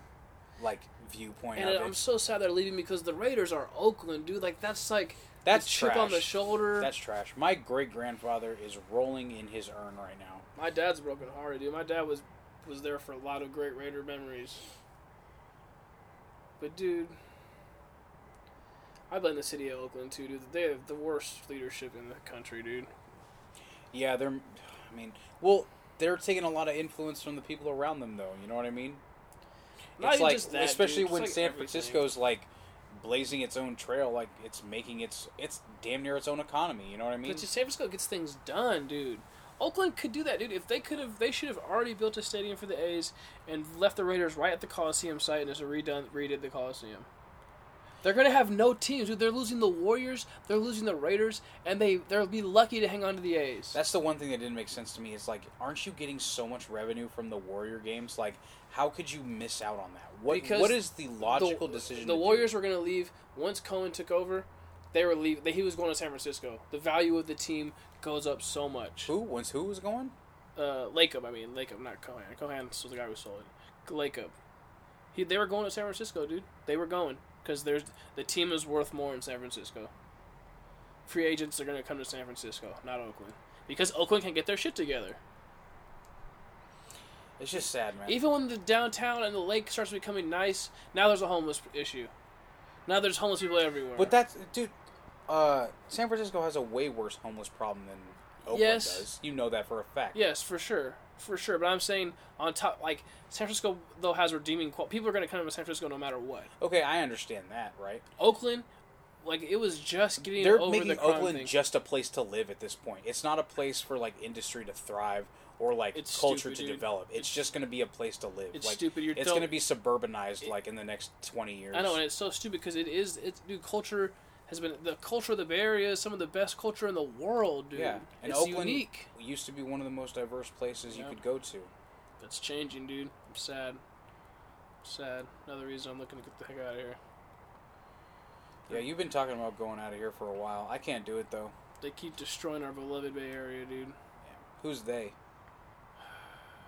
Speaker 2: like viewpoint
Speaker 1: and
Speaker 2: of
Speaker 1: I'm
Speaker 2: it.
Speaker 1: so sad they're leaving because the Raiders are Oakland, dude. Like, that's like
Speaker 2: That's
Speaker 1: the chip on the
Speaker 2: trash.
Speaker 1: shoulder.
Speaker 2: That's trash. My great grandfather is rolling in his urn right now.
Speaker 1: My dad's broken hearted, dude. My dad was was there for a lot of great Raider memories. But dude, I blame the city of Oakland too, dude. They have the worst leadership in the country, dude.
Speaker 2: Yeah, they're. I mean, well, they're taking a lot of influence from the people around them, though. You know what I mean?
Speaker 1: Not
Speaker 2: it's
Speaker 1: even
Speaker 2: like,
Speaker 1: just that,
Speaker 2: especially
Speaker 1: dude, it's
Speaker 2: when
Speaker 1: like
Speaker 2: San
Speaker 1: everything.
Speaker 2: Francisco's like blazing its own trail, like it's making its it's damn near its own economy. You know what I mean?
Speaker 1: But just San Francisco gets things done, dude. Oakland could do that, dude. If they could have, they should have already built a stadium for the A's and left the Raiders right at the Coliseum site and just redone, redid the Coliseum. They're gonna have no teams, dude. They're losing the Warriors, they're losing the Raiders, and they they'll be lucky to hang on to the A's.
Speaker 2: That's the one thing that didn't make sense to me. Is like, aren't you getting so much revenue from the Warrior games? Like, how could you miss out on that? What
Speaker 1: Because
Speaker 2: what is the
Speaker 1: the,
Speaker 2: logical decision?
Speaker 1: The
Speaker 2: to do?
Speaker 1: Warriors were gonna leave once Cohen took over. They were leave. They, he was going to San Francisco. The value of the team goes up so much.
Speaker 2: Who once who was going?
Speaker 1: uh, Lakeup. I mean, Lakeup, not Cohan. Cohan was the guy who sold it. Lakeup. He, they were going to San Francisco, dude. They were going because there's the team is worth more in San Francisco. Free agents are going to come to San Francisco, not Oakland, because Oakland can get their shit together.
Speaker 2: It's just sad, man.
Speaker 1: Even when the downtown and the lake starts becoming nice, now there's a homeless issue. Now there's homeless people everywhere.
Speaker 2: but that's dude. Uh, San Francisco has a way worse homeless problem than Oakland
Speaker 1: Yes.
Speaker 2: does. You know that for a fact.
Speaker 1: Yes, for sure, for sure. But I'm saying on top, like San Francisco though has redeeming qual. People are going to come to San Francisco no matter what.
Speaker 2: Okay, I understand that, right?
Speaker 1: Oakland, like it was just getting
Speaker 2: They're
Speaker 1: over
Speaker 2: making
Speaker 1: the crime
Speaker 2: Oakland
Speaker 1: thing.
Speaker 2: just a place to live at this point. It's not a place for like industry to thrive or like
Speaker 1: It's
Speaker 2: culture
Speaker 1: stupid,
Speaker 2: to
Speaker 1: dude.
Speaker 2: develop. It's,
Speaker 1: It's-
Speaker 2: just going to be a place to live.
Speaker 1: it's
Speaker 2: like,
Speaker 1: stupid. You're
Speaker 2: it's
Speaker 1: dumb.
Speaker 2: going to be suburbanized like in the next twenty years.
Speaker 1: I know, and it's so stupid because it is. It's dude, culture has been the culture of the Bay Area is some of the best culture in the world, dude.
Speaker 2: yeah, and
Speaker 1: it's
Speaker 2: Oakland
Speaker 1: unique.
Speaker 2: used to be one of the most diverse places
Speaker 1: Yeah.
Speaker 2: you could go to.
Speaker 1: That's changing, dude. I'm sad. Sad. Another reason I'm looking to get the heck out of here.
Speaker 2: Yeah, you've been talking about going out of here for a while. I can't do it though.
Speaker 1: They keep destroying our beloved Bay Area, dude.
Speaker 2: Who's they?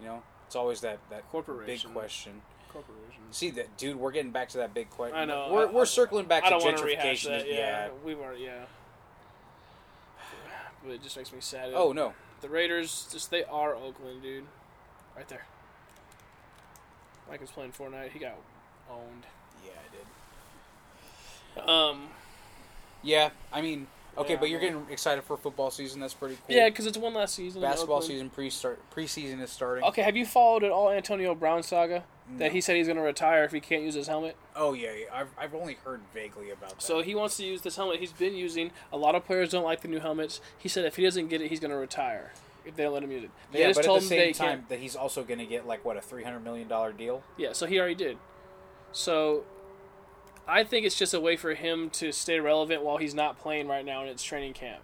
Speaker 2: You know, it's always that that big
Speaker 1: Corporation.
Speaker 2: question.
Speaker 1: Corporations.
Speaker 2: See that, dude. We're getting back to that big question.
Speaker 1: I know.
Speaker 2: We're,
Speaker 1: I-
Speaker 2: we're
Speaker 1: I-
Speaker 2: circling back
Speaker 1: I
Speaker 2: to
Speaker 1: don't want to
Speaker 2: gentrification.
Speaker 1: rehash that.
Speaker 2: yeah,
Speaker 1: Yeah, we've already. Yeah. but it just makes me sad.
Speaker 2: Oh no,
Speaker 1: the Raiders just they are Oakland, dude. Right there. Mike was playing Fortnite. He got owned.
Speaker 2: yeah, I did.
Speaker 1: Um,
Speaker 2: Yeah, I mean, okay,
Speaker 1: Yeah,
Speaker 2: but you're
Speaker 1: man.
Speaker 2: getting excited for football season. That's pretty cool.
Speaker 1: yeah, because it's one last season. in
Speaker 2: basketball
Speaker 1: Oakland.
Speaker 2: season pre start preseason is starting.
Speaker 1: Okay, have you followed at all Antonio Brown saga? That
Speaker 2: No.
Speaker 1: he said he's going to retire if he can't use his helmet.
Speaker 2: Oh yeah, yeah, I've I've only heard vaguely about that.
Speaker 1: So he wants to use this helmet he's been using. A lot of players don't like the new helmets. He said if he doesn't get it, he's going to retire if they don't let him use it. They
Speaker 2: yeah,
Speaker 1: just
Speaker 2: but
Speaker 1: told
Speaker 2: at the
Speaker 1: him they
Speaker 2: same
Speaker 1: can't-
Speaker 2: time that he's also going to get like what a three hundred million dollar deal.
Speaker 1: Yeah, so he already did. So I think it's just a way for him to stay relevant while he's not playing right now and it's training camp.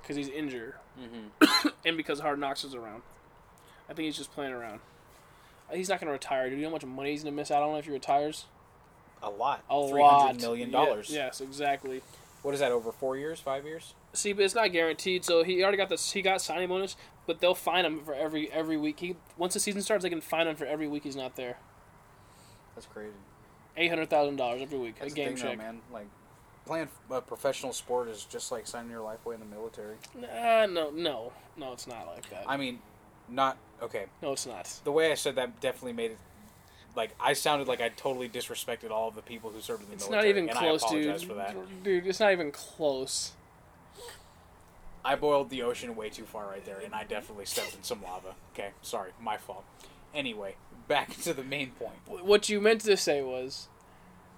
Speaker 1: Because he's injured.
Speaker 2: Mm-hmm.
Speaker 1: and because Hard Knocks is around. I think he's just playing around. Uh, He's not going to retire, dude. You know how much money he's going to miss out on if he retires?
Speaker 2: A lot.
Speaker 1: A
Speaker 2: $300
Speaker 1: lot.
Speaker 2: million
Speaker 1: Ye-
Speaker 2: dollars.
Speaker 1: yes, exactly.
Speaker 2: What is that over four years, five years?
Speaker 1: See, but it's not guaranteed. So he already got this. He got signing bonus, but they'll fine him for every every week. He once the season starts, they can fine him for every week he's not there.
Speaker 2: That's crazy.
Speaker 1: Eight hundred thousand dollars every week.
Speaker 2: That's
Speaker 1: a
Speaker 2: the
Speaker 1: game
Speaker 2: thing, though,
Speaker 1: check.
Speaker 2: man. Like playing a professional sport is just like signing your life away in the military.
Speaker 1: Nah, Uh, no, no, no, it's not like that.
Speaker 2: I mean, not okay.
Speaker 1: no, it's not.
Speaker 2: The way I said that definitely made it. Like I sounded like I totally disrespected all of the people who served in the
Speaker 1: It's not
Speaker 2: military,
Speaker 1: even
Speaker 2: and
Speaker 1: close,
Speaker 2: I apologize
Speaker 1: dude.
Speaker 2: for that.
Speaker 1: Dude, it's not even close.
Speaker 2: I boiled the ocean way too far right there, and I definitely stepped in some lava. Okay, sorry, my fault. Anyway, back to the main point.
Speaker 1: Wh- What you meant to say was,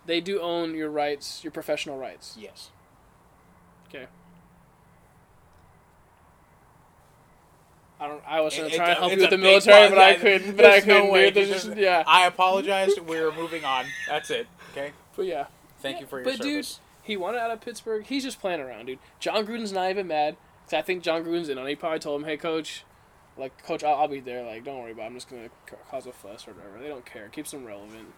Speaker 1: they do own your rights, your professional rights.
Speaker 2: Yes.
Speaker 1: Okay. I don't. I was
Speaker 2: It-
Speaker 1: trying
Speaker 2: it-
Speaker 1: to help you
Speaker 2: it's
Speaker 1: with
Speaker 2: a
Speaker 1: the
Speaker 2: big
Speaker 1: military,
Speaker 2: bu-
Speaker 1: but I
Speaker 2: yeah,
Speaker 1: couldn't. But I
Speaker 2: there's no
Speaker 1: couldn't.
Speaker 2: way,
Speaker 1: dude. There's
Speaker 2: dude,
Speaker 1: just-
Speaker 2: there's-
Speaker 1: yeah.
Speaker 2: I apologized. We're moving on. That's it. Okay.
Speaker 1: But yeah.
Speaker 2: Thank you for your
Speaker 1: but
Speaker 2: service.
Speaker 1: dude, he wanted out of Pittsburgh. He's just playing around, dude. John Gruden's not even mad because I think John Gruden's in on. it. He probably told him, "Hey, coach, like, coach, I'll, I'll be there. Like, don't worry about. it. I'm just gonna ca- cause a fuss or whatever. They don't care. Keeps them relevant.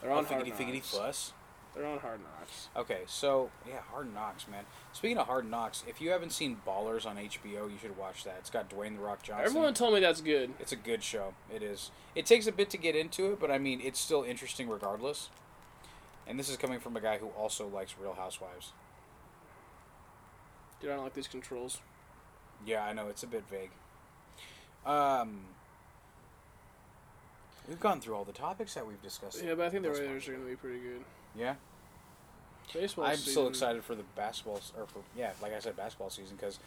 Speaker 1: They're on
Speaker 2: Oh,
Speaker 1: hard
Speaker 2: figgity, figgity
Speaker 1: knocks.
Speaker 2: fuss.
Speaker 1: They're on hard knocks.
Speaker 2: Okay, so yeah, Hard Knocks, man. Speaking of Hard Knocks, if you haven't seen Ballers on HBO, you should watch that. It's got Dwayne the Rock Johnson.
Speaker 1: Everyone told me that's good.
Speaker 2: It's a good show. It is. It takes a bit to get into it, but I mean, it's still interesting regardless. And this is coming from a guy who also likes Real Housewives.
Speaker 1: Dude, I don't like these controls.
Speaker 2: Yeah, I know it's a bit vague. Um, we've gone through all the topics that we've discussed.
Speaker 1: Yeah, but I think the
Speaker 2: That's
Speaker 1: Raiders are
Speaker 2: fine.
Speaker 1: gonna be pretty good.
Speaker 2: Yeah,
Speaker 1: Baseball.
Speaker 2: I'm
Speaker 1: season-
Speaker 2: still excited for the basketball s- or for yeah, like I said, basketball season because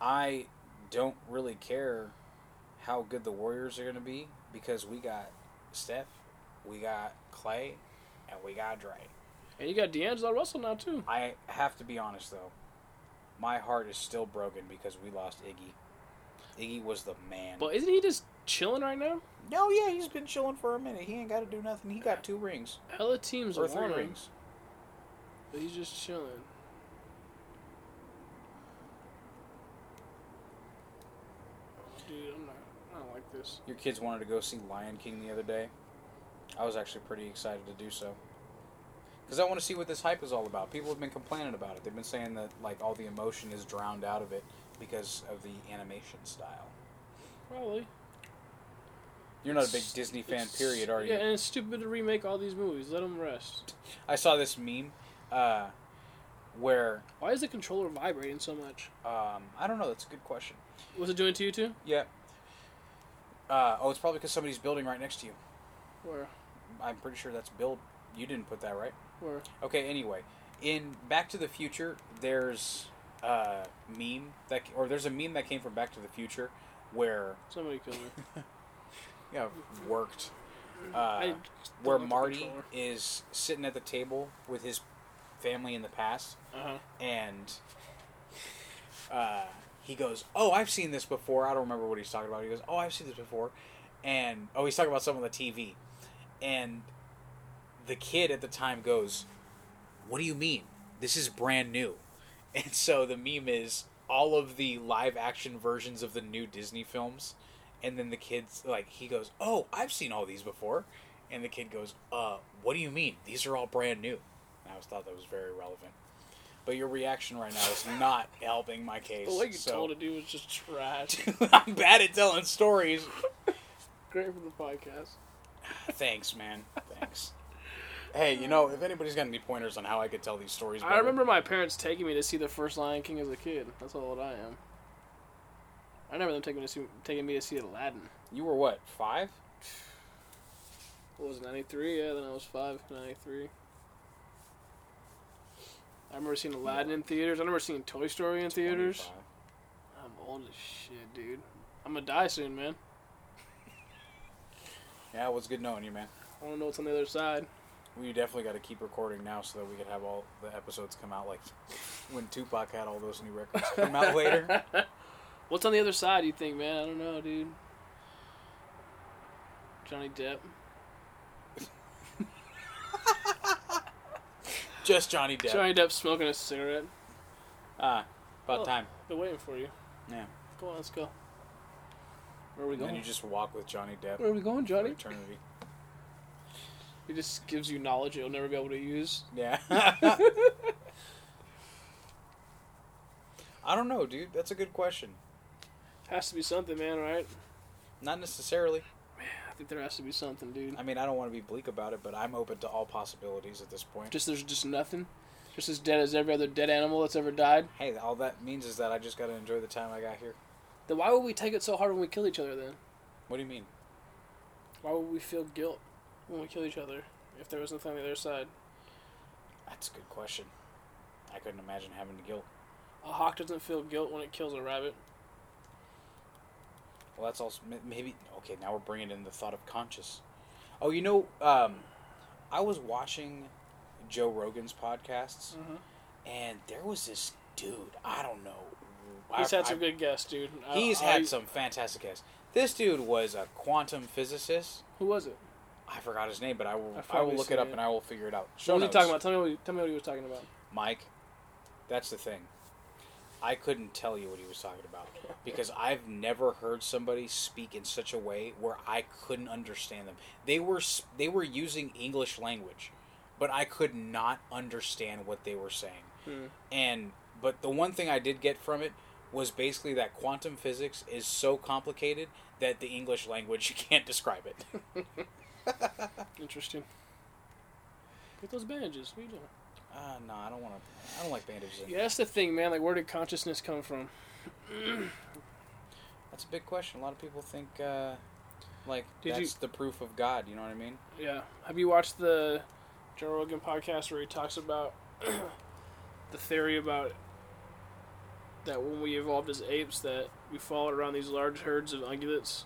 Speaker 2: I don't really care how good the Warriors are going to be because we got Steph, we got Clay, and we got Dre.
Speaker 1: And you got D'Angelo Russell now too.
Speaker 2: I have to be honest though, my heart is still broken because we lost Iggy. Iggy was the man.
Speaker 1: But isn't he just chilling right now?
Speaker 2: No, yeah, he's been chilling for a minute. He ain't got to do nothing. He got two rings
Speaker 1: Hella teams
Speaker 2: or
Speaker 1: are
Speaker 2: three
Speaker 1: winning,
Speaker 2: rings.
Speaker 1: but he's just chilling. Dude, I'm not. I don't like this.
Speaker 2: Your kids wanted to go see Lion King the other day. I was actually pretty excited to do so. Because I want to see what this hype is all about. People have been complaining about it. They've been saying that like all the emotion is drowned out of it because of the animation style.
Speaker 1: Probably.
Speaker 2: You're not a big Disney fan,
Speaker 1: It's-
Speaker 2: period, are you?
Speaker 1: Yeah, and it's stupid to remake all these movies. Let them rest.
Speaker 2: I saw this meme uh, where
Speaker 1: Why is the controller vibrating so much?
Speaker 2: um, I don't know. That's a good question.
Speaker 1: What's it doing to you too?
Speaker 2: Yeah. Uh, oh, it's probably because somebody's building right next to you.
Speaker 1: Where?
Speaker 2: I'm pretty sure that's build. You didn't put that right.
Speaker 1: Where?
Speaker 2: Okay. Anyway, in Back to the Future, there's a meme that, or there's a meme that came from Back to the Future where
Speaker 1: Somebody kill me.
Speaker 2: yeah worked. Uh,
Speaker 1: I
Speaker 2: where
Speaker 1: don't like the
Speaker 2: Marty
Speaker 1: controller.
Speaker 2: is sitting at the table with his family in the past,
Speaker 1: Uh-huh.
Speaker 2: and uh, he goes, "Oh, I've seen this before." I don't remember what he's talking about. He goes, "Oh, I've seen this before," and oh, he's talking about something on the TV, and the kid at the time goes, "What do you mean? This is brand new." And so the meme is all of the live action versions of the new Disney films, and then the kids like he goes, "Oh, I've seen all these before," and the kid goes, "Uh, what do you mean? These are all brand new." And I always thought that was very relevant. But your reaction right now is not helping my case.
Speaker 1: But what you
Speaker 2: so-
Speaker 1: told to do was just trash.
Speaker 2: I'm bad at telling stories.
Speaker 1: Great for the podcast.
Speaker 2: Thanks, man. Thanks. Hey, you know, if anybody's got any pointers on how I could tell these stories,
Speaker 1: I
Speaker 2: better-
Speaker 1: remember my parents taking me to see the first Lion King as a kid. That's how old I am. I remember them taking me to see taking me to see Aladdin.
Speaker 2: you were what five?
Speaker 1: What was it, 93? Yeah, then I was 5, 93. I remember seeing Aladdin in theaters. I remember seeing Toy Story in theaters.
Speaker 2: 25.
Speaker 1: I'm old as shit, dude. I'm gonna die soon, man.
Speaker 2: Yeah, well, it's good knowing you, man.
Speaker 1: I wanna know what's on the other side.
Speaker 2: We definitely got to keep recording now so that we could have all the episodes come out like when Tupac had all those new records come out later.
Speaker 1: What's on the other side, you think, man? I don't know, dude. Johnny Depp.
Speaker 2: Just Johnny Depp.
Speaker 1: Johnny Depp smoking a cigarette.
Speaker 2: Ah, about
Speaker 1: Oh.
Speaker 2: time.
Speaker 1: They're waiting for you.
Speaker 2: Yeah.
Speaker 1: Go on, let's go. Where are we
Speaker 2: And then
Speaker 1: going?
Speaker 2: you just walk with Johnny Depp
Speaker 1: Where are we going,
Speaker 2: for
Speaker 1: Johnny?
Speaker 2: eternity.
Speaker 1: He just gives you knowledge you'll never be able to use.
Speaker 2: Yeah. I don't know, dude. That's a good question.
Speaker 1: Has to be something, man, right?
Speaker 2: Not necessarily.
Speaker 1: I think there has to be something, dude.
Speaker 2: I mean, I don't want to be bleak about it, but I'm open to all possibilities at this point.
Speaker 1: Just there's just nothing. Just as dead as every other dead animal that's ever died.
Speaker 2: hey, all that means is that I just got to enjoy the time I got here.
Speaker 1: Then why would we take it so hard when we kill each other then?
Speaker 2: What do you mean?
Speaker 1: Why would we feel guilt when we kill each other if there was nothing on the other side?
Speaker 2: That's a good question. I couldn't imagine having to guilt.
Speaker 1: A hawk doesn't feel guilt when it kills a rabbit.
Speaker 2: Well, that's also m- maybe okay. Now we're bringing in the thought of conscious. Oh, you know, um, I was watching Joe Rogan's podcasts,
Speaker 1: Mm-hmm.
Speaker 2: and there was this dude. I don't know.
Speaker 1: He's
Speaker 2: I-
Speaker 1: had some
Speaker 2: I-
Speaker 1: good uh, guests, dude. I-
Speaker 2: He's
Speaker 1: I-
Speaker 2: had some fantastic guests. This dude was a quantum physicist.
Speaker 1: Who was it?
Speaker 2: I forgot his name, but I will.
Speaker 1: I've
Speaker 2: I, will
Speaker 1: probably
Speaker 2: look it up
Speaker 1: seen it.
Speaker 2: and I will figure it out. Show
Speaker 1: What was he
Speaker 2: notes.
Speaker 1: talking about? Tell me what he, tell me what he was talking about.
Speaker 2: Mike, that's the thing. I couldn't tell you what he was talking about because I've never heard somebody speak in such a way where I couldn't understand them. They were s- they were using English language, but I could not understand what they were saying. And but the one thing I did get from it was basically that quantum physics is so complicated that the English language can't describe it.
Speaker 1: Interesting. Get those bandages. What are you doing?
Speaker 2: Uh, no, I don't want to. I don't like bandages.
Speaker 1: Yeah, that's the thing, man. Like, where did consciousness come from?
Speaker 2: That's a big question. A lot of people think, uh, like,
Speaker 1: Did
Speaker 2: that's the proof of God. You know what I mean?
Speaker 1: Yeah. Have you watched the Joe Rogan podcast where he talks about the theory about that when we evolved as apes that we followed around these large herds of ungulates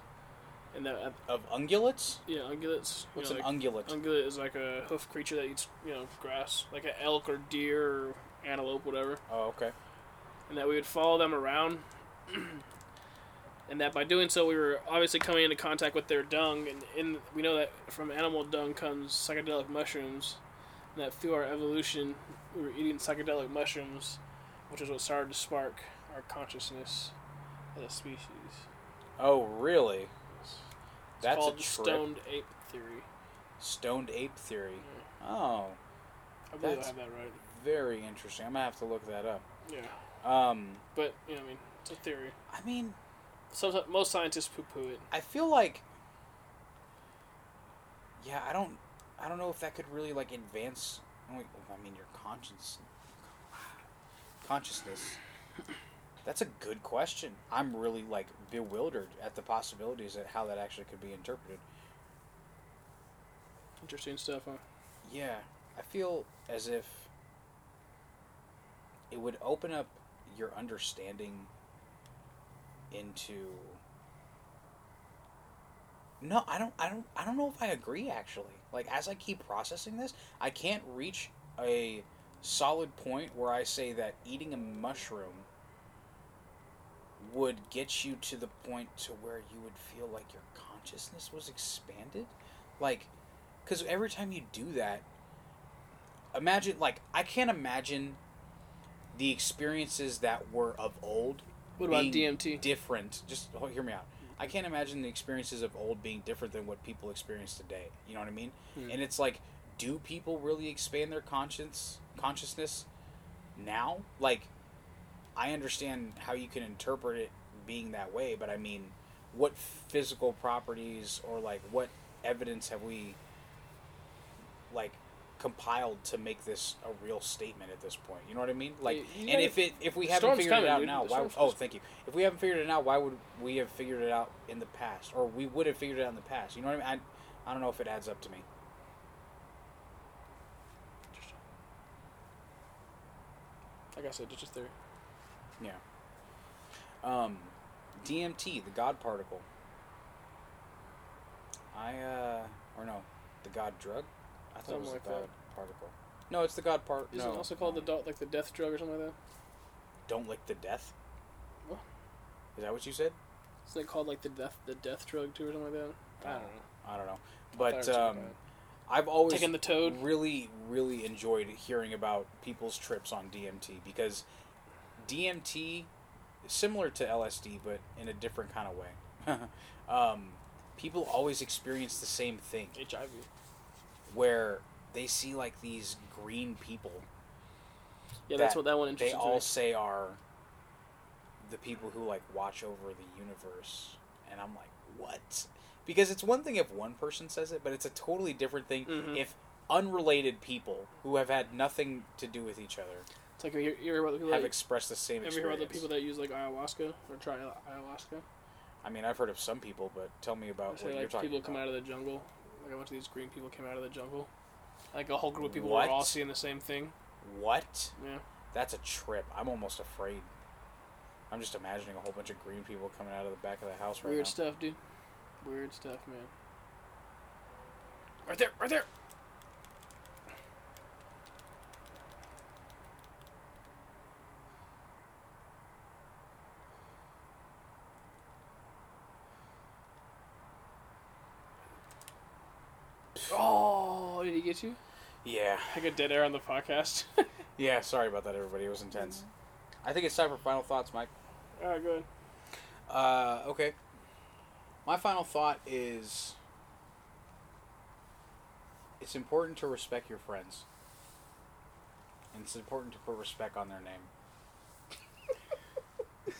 Speaker 1: and that uh,
Speaker 2: Of ungulates?
Speaker 1: yeah ungulates you
Speaker 2: What's
Speaker 1: know,
Speaker 2: an
Speaker 1: like,
Speaker 2: ungulate?
Speaker 1: ungulate is like a hoof creature that eats you know grass like an elk or deer or antelope whatever
Speaker 2: oh, okay.
Speaker 1: and that we would follow them around and that by doing so we were obviously coming into contact with their dung and in, we know that from animal dung comes psychedelic mushrooms and that through our evolution we were eating psychedelic mushrooms which is what started to spark our consciousness as a species
Speaker 2: Oh, really?
Speaker 1: It's
Speaker 2: That's a
Speaker 1: called the
Speaker 2: trip.
Speaker 1: stoned ape theory
Speaker 2: Stoned ape theory. Oh,
Speaker 1: i believe
Speaker 2: That's-
Speaker 1: i have that right
Speaker 2: very interesting. I'm gonna have to look that up.
Speaker 1: yeah
Speaker 2: Um,
Speaker 1: but you know what i mean it's a theory
Speaker 2: I mean,
Speaker 1: Some, most scientists poo-poo it
Speaker 2: I feel like, yeah, I don't, I don't know if that could really like advance. I mean, I mean, your conscience, consciousness. That's a good question. I'm really like bewildered at the possibilities at how that actually could be interpreted.
Speaker 1: interesting stuff huh
Speaker 2: Yeah, I feel as if it would open up your understanding into No, I don't I don't I don't know if I agree actually. Like as I keep processing this, I can't reach a solid point where I say that eating a mushroom would get you to the point to where you would feel like your consciousness was expanded. Like because every time you do that, imagine like I can't imagine the experiences that were of old.
Speaker 1: What about
Speaker 2: being
Speaker 1: DMT?
Speaker 2: Different. Just ho- hear me out. I can't imagine the experiences of old being different than what people experience today. You know what I mean? And it's like, do people really expand their conscience consciousness now? Like, I understand how you can interpret it being that way, but I mean, what physical properties or like what evidence have we like compiled to make this a real statement at this point. You know what I mean? Like,
Speaker 1: You- you
Speaker 2: and
Speaker 1: gotta-
Speaker 2: if it if we
Speaker 1: the
Speaker 2: haven't
Speaker 1: storm's
Speaker 2: figured
Speaker 1: coming,
Speaker 2: it out
Speaker 1: dude.
Speaker 2: now,
Speaker 1: The
Speaker 2: why?
Speaker 1: storm's
Speaker 2: Oh,
Speaker 1: just-
Speaker 2: thank you. If we haven't figured it out, why would we have figured it out in the past, or we would have figured it out in the past? You know what I mean? I, I don't know if it adds up to me.
Speaker 1: Like I said, it's just theory.
Speaker 2: Yeah. Um, DMT, the God particle. I uh, or no, the God drug. I thought it was
Speaker 1: Something like
Speaker 2: the God
Speaker 1: that.
Speaker 2: particle. No, it's the God part.
Speaker 1: Isn't
Speaker 2: no,
Speaker 1: it also called
Speaker 2: no.
Speaker 1: the dog, like the death drug or something like that?
Speaker 2: Don't lick the death.
Speaker 1: What?
Speaker 2: Is that what you said?
Speaker 1: Isn't it called like the death the death drug too or something like that? I don't know.
Speaker 2: I don't know.
Speaker 1: I thought it
Speaker 2: But
Speaker 1: was something
Speaker 2: um,
Speaker 1: like
Speaker 2: I've
Speaker 1: that.
Speaker 2: always
Speaker 1: taking the toad.
Speaker 2: really, really enjoyed hearing about people's trips on DMT because DMT, similar to LSD, but in a different kind of way, um, people always experience the same thing
Speaker 1: HIV.
Speaker 2: where they see like these green people
Speaker 1: Yeah, that's
Speaker 2: that
Speaker 1: what that one
Speaker 2: they
Speaker 1: interested
Speaker 2: all
Speaker 1: me.
Speaker 2: say are the people who like watch over the universe and i'm like what because it's one thing if one person says it but it's a totally different thing
Speaker 1: Mhm.
Speaker 2: if unrelated people who have had nothing to do with each other
Speaker 1: It's like you hear, you hear about the people
Speaker 2: have
Speaker 1: that,
Speaker 2: expressed the same
Speaker 1: ever hear about
Speaker 2: experience
Speaker 1: the people that use like ayahuasca or try ayahuasca?
Speaker 2: i mean i've heard of some people but tell me about
Speaker 1: Say,
Speaker 2: Oh, what you're
Speaker 1: like
Speaker 2: talking
Speaker 1: people
Speaker 2: about
Speaker 1: come out of the jungle. Like a bunch of these green people came out of the jungle. Like a whole group of people
Speaker 2: What?
Speaker 1: were all seeing the same thing.
Speaker 2: what
Speaker 1: Yeah.
Speaker 2: that's a trip i'm almost afraid i'm just imagining a whole bunch of green people coming out of the back of the house right
Speaker 1: Weird
Speaker 2: now
Speaker 1: stuff, dude. Weird stuff, man. Right there, right there. Oh, did he get you?
Speaker 2: yeah
Speaker 1: I got dead air on the podcast.
Speaker 2: Yeah, sorry about that, everybody. It was intense. I think it's time for final thoughts, Mike.
Speaker 1: All right, go ahead.
Speaker 2: Uh, okay. My final thought is it's important to respect your friends, and it's important to put respect on their name.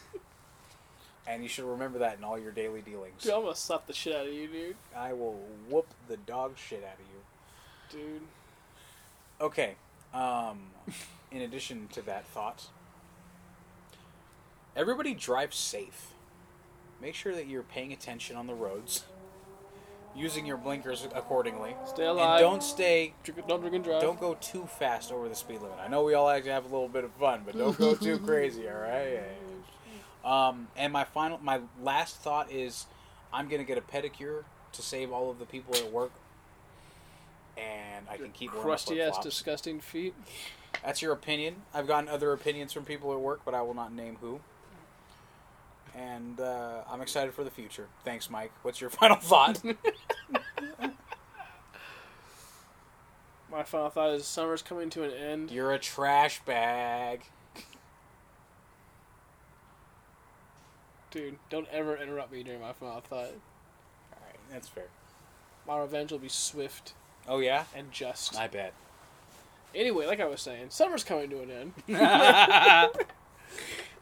Speaker 2: and you should remember that in all your daily dealings.
Speaker 1: Dude, I almost slapped the shit out of you, dude.
Speaker 2: I will whoop the dog shit out of you.
Speaker 1: Dude.
Speaker 2: Okay. Um, in addition to that thought, everybody drive safe. Make sure that you're paying attention on the roads, using your blinkers accordingly,
Speaker 1: Stay
Speaker 2: and
Speaker 1: alive.
Speaker 2: don't stay.
Speaker 1: drink, don't drink and drive.
Speaker 2: Don't go too fast over the speed limit. I know we all like to have a little bit of fun, but don't go too crazy. All right. Yeah, yeah. Um, and my final, my last thought is, I'm gonna get a pedicure to save all of the people at work, and I can keep wearing my
Speaker 1: crusty ass,
Speaker 2: flip-flops.
Speaker 1: disgusting feet.
Speaker 2: That's your opinion. I've gotten other opinions from people at work, but I will not name who. And uh, I'm excited for the future. Thanks, Mike. What's your final thought?
Speaker 1: My final thought is summer's coming to an end.
Speaker 2: You're a trash bag.
Speaker 1: Dude, don't ever interrupt me during my final thought.
Speaker 2: All right, that's fair.
Speaker 1: My revenge will be swift
Speaker 2: Oh yeah,
Speaker 1: and just.
Speaker 2: I bet.
Speaker 1: Anyway, like I was saying, summer's coming to an end.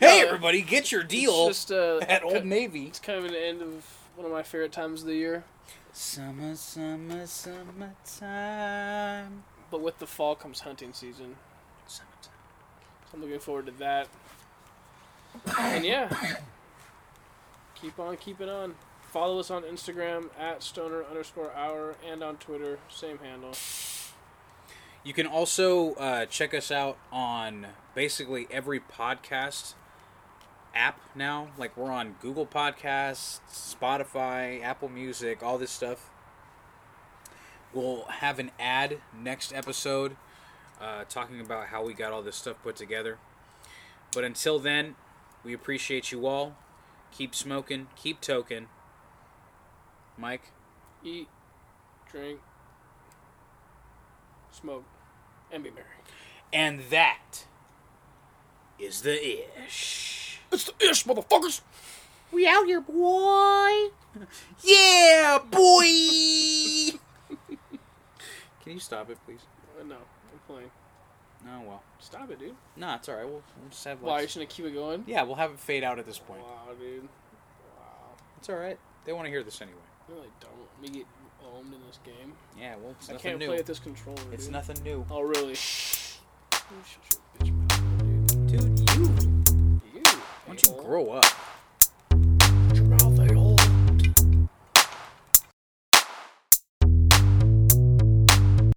Speaker 2: Hey, everybody, get your deal
Speaker 1: It's just uh,
Speaker 2: at Old
Speaker 1: ki-
Speaker 2: Navy.
Speaker 1: It's kind of an end of one of my favorite times of the year,
Speaker 2: Summer, summer, summertime.
Speaker 1: but with the fall comes hunting season.
Speaker 2: Summertime.
Speaker 1: So I'm looking forward to that. And yeah, keep on keeping on. Follow us on Instagram at stoner underscore hour and on Twitter, same handle.
Speaker 2: You can also uh, check us out on basically every podcast app now. Like we're on Google Podcasts, Spotify, Apple Music, all this stuff. We'll have an ad next episode uh, talking about how we got all this stuff put together. But until then, we appreciate you all. Keep smoking, keep token. Mike,
Speaker 1: Eat, drink, smoke, and be merry.
Speaker 2: and that is the ish.
Speaker 1: It's the ish, motherfuckers!
Speaker 2: We out here, boy. Yeah, boy. Can you stop it, please?
Speaker 1: Uh, no, I'm playing.
Speaker 2: No, well,
Speaker 1: Stop it, dude.
Speaker 2: no, it's all right. We'll, we'll just have.
Speaker 1: Why, you
Speaker 2: Like,
Speaker 1: shouldn't keep it going?
Speaker 2: yeah, we'll have it fade out at this point.
Speaker 1: Wow, dude. Wow.
Speaker 2: It's all right. They want to hear this anyway.
Speaker 1: No, I don't. Let me get owned in this game.
Speaker 2: Yeah, well, it's
Speaker 1: I
Speaker 2: nothing
Speaker 1: can't
Speaker 2: new.
Speaker 1: play at this controller.
Speaker 3: It's
Speaker 1: dude.
Speaker 3: nothing new.
Speaker 1: Oh really?
Speaker 2: Dude, you. Why
Speaker 1: Why
Speaker 2: don't you grow up?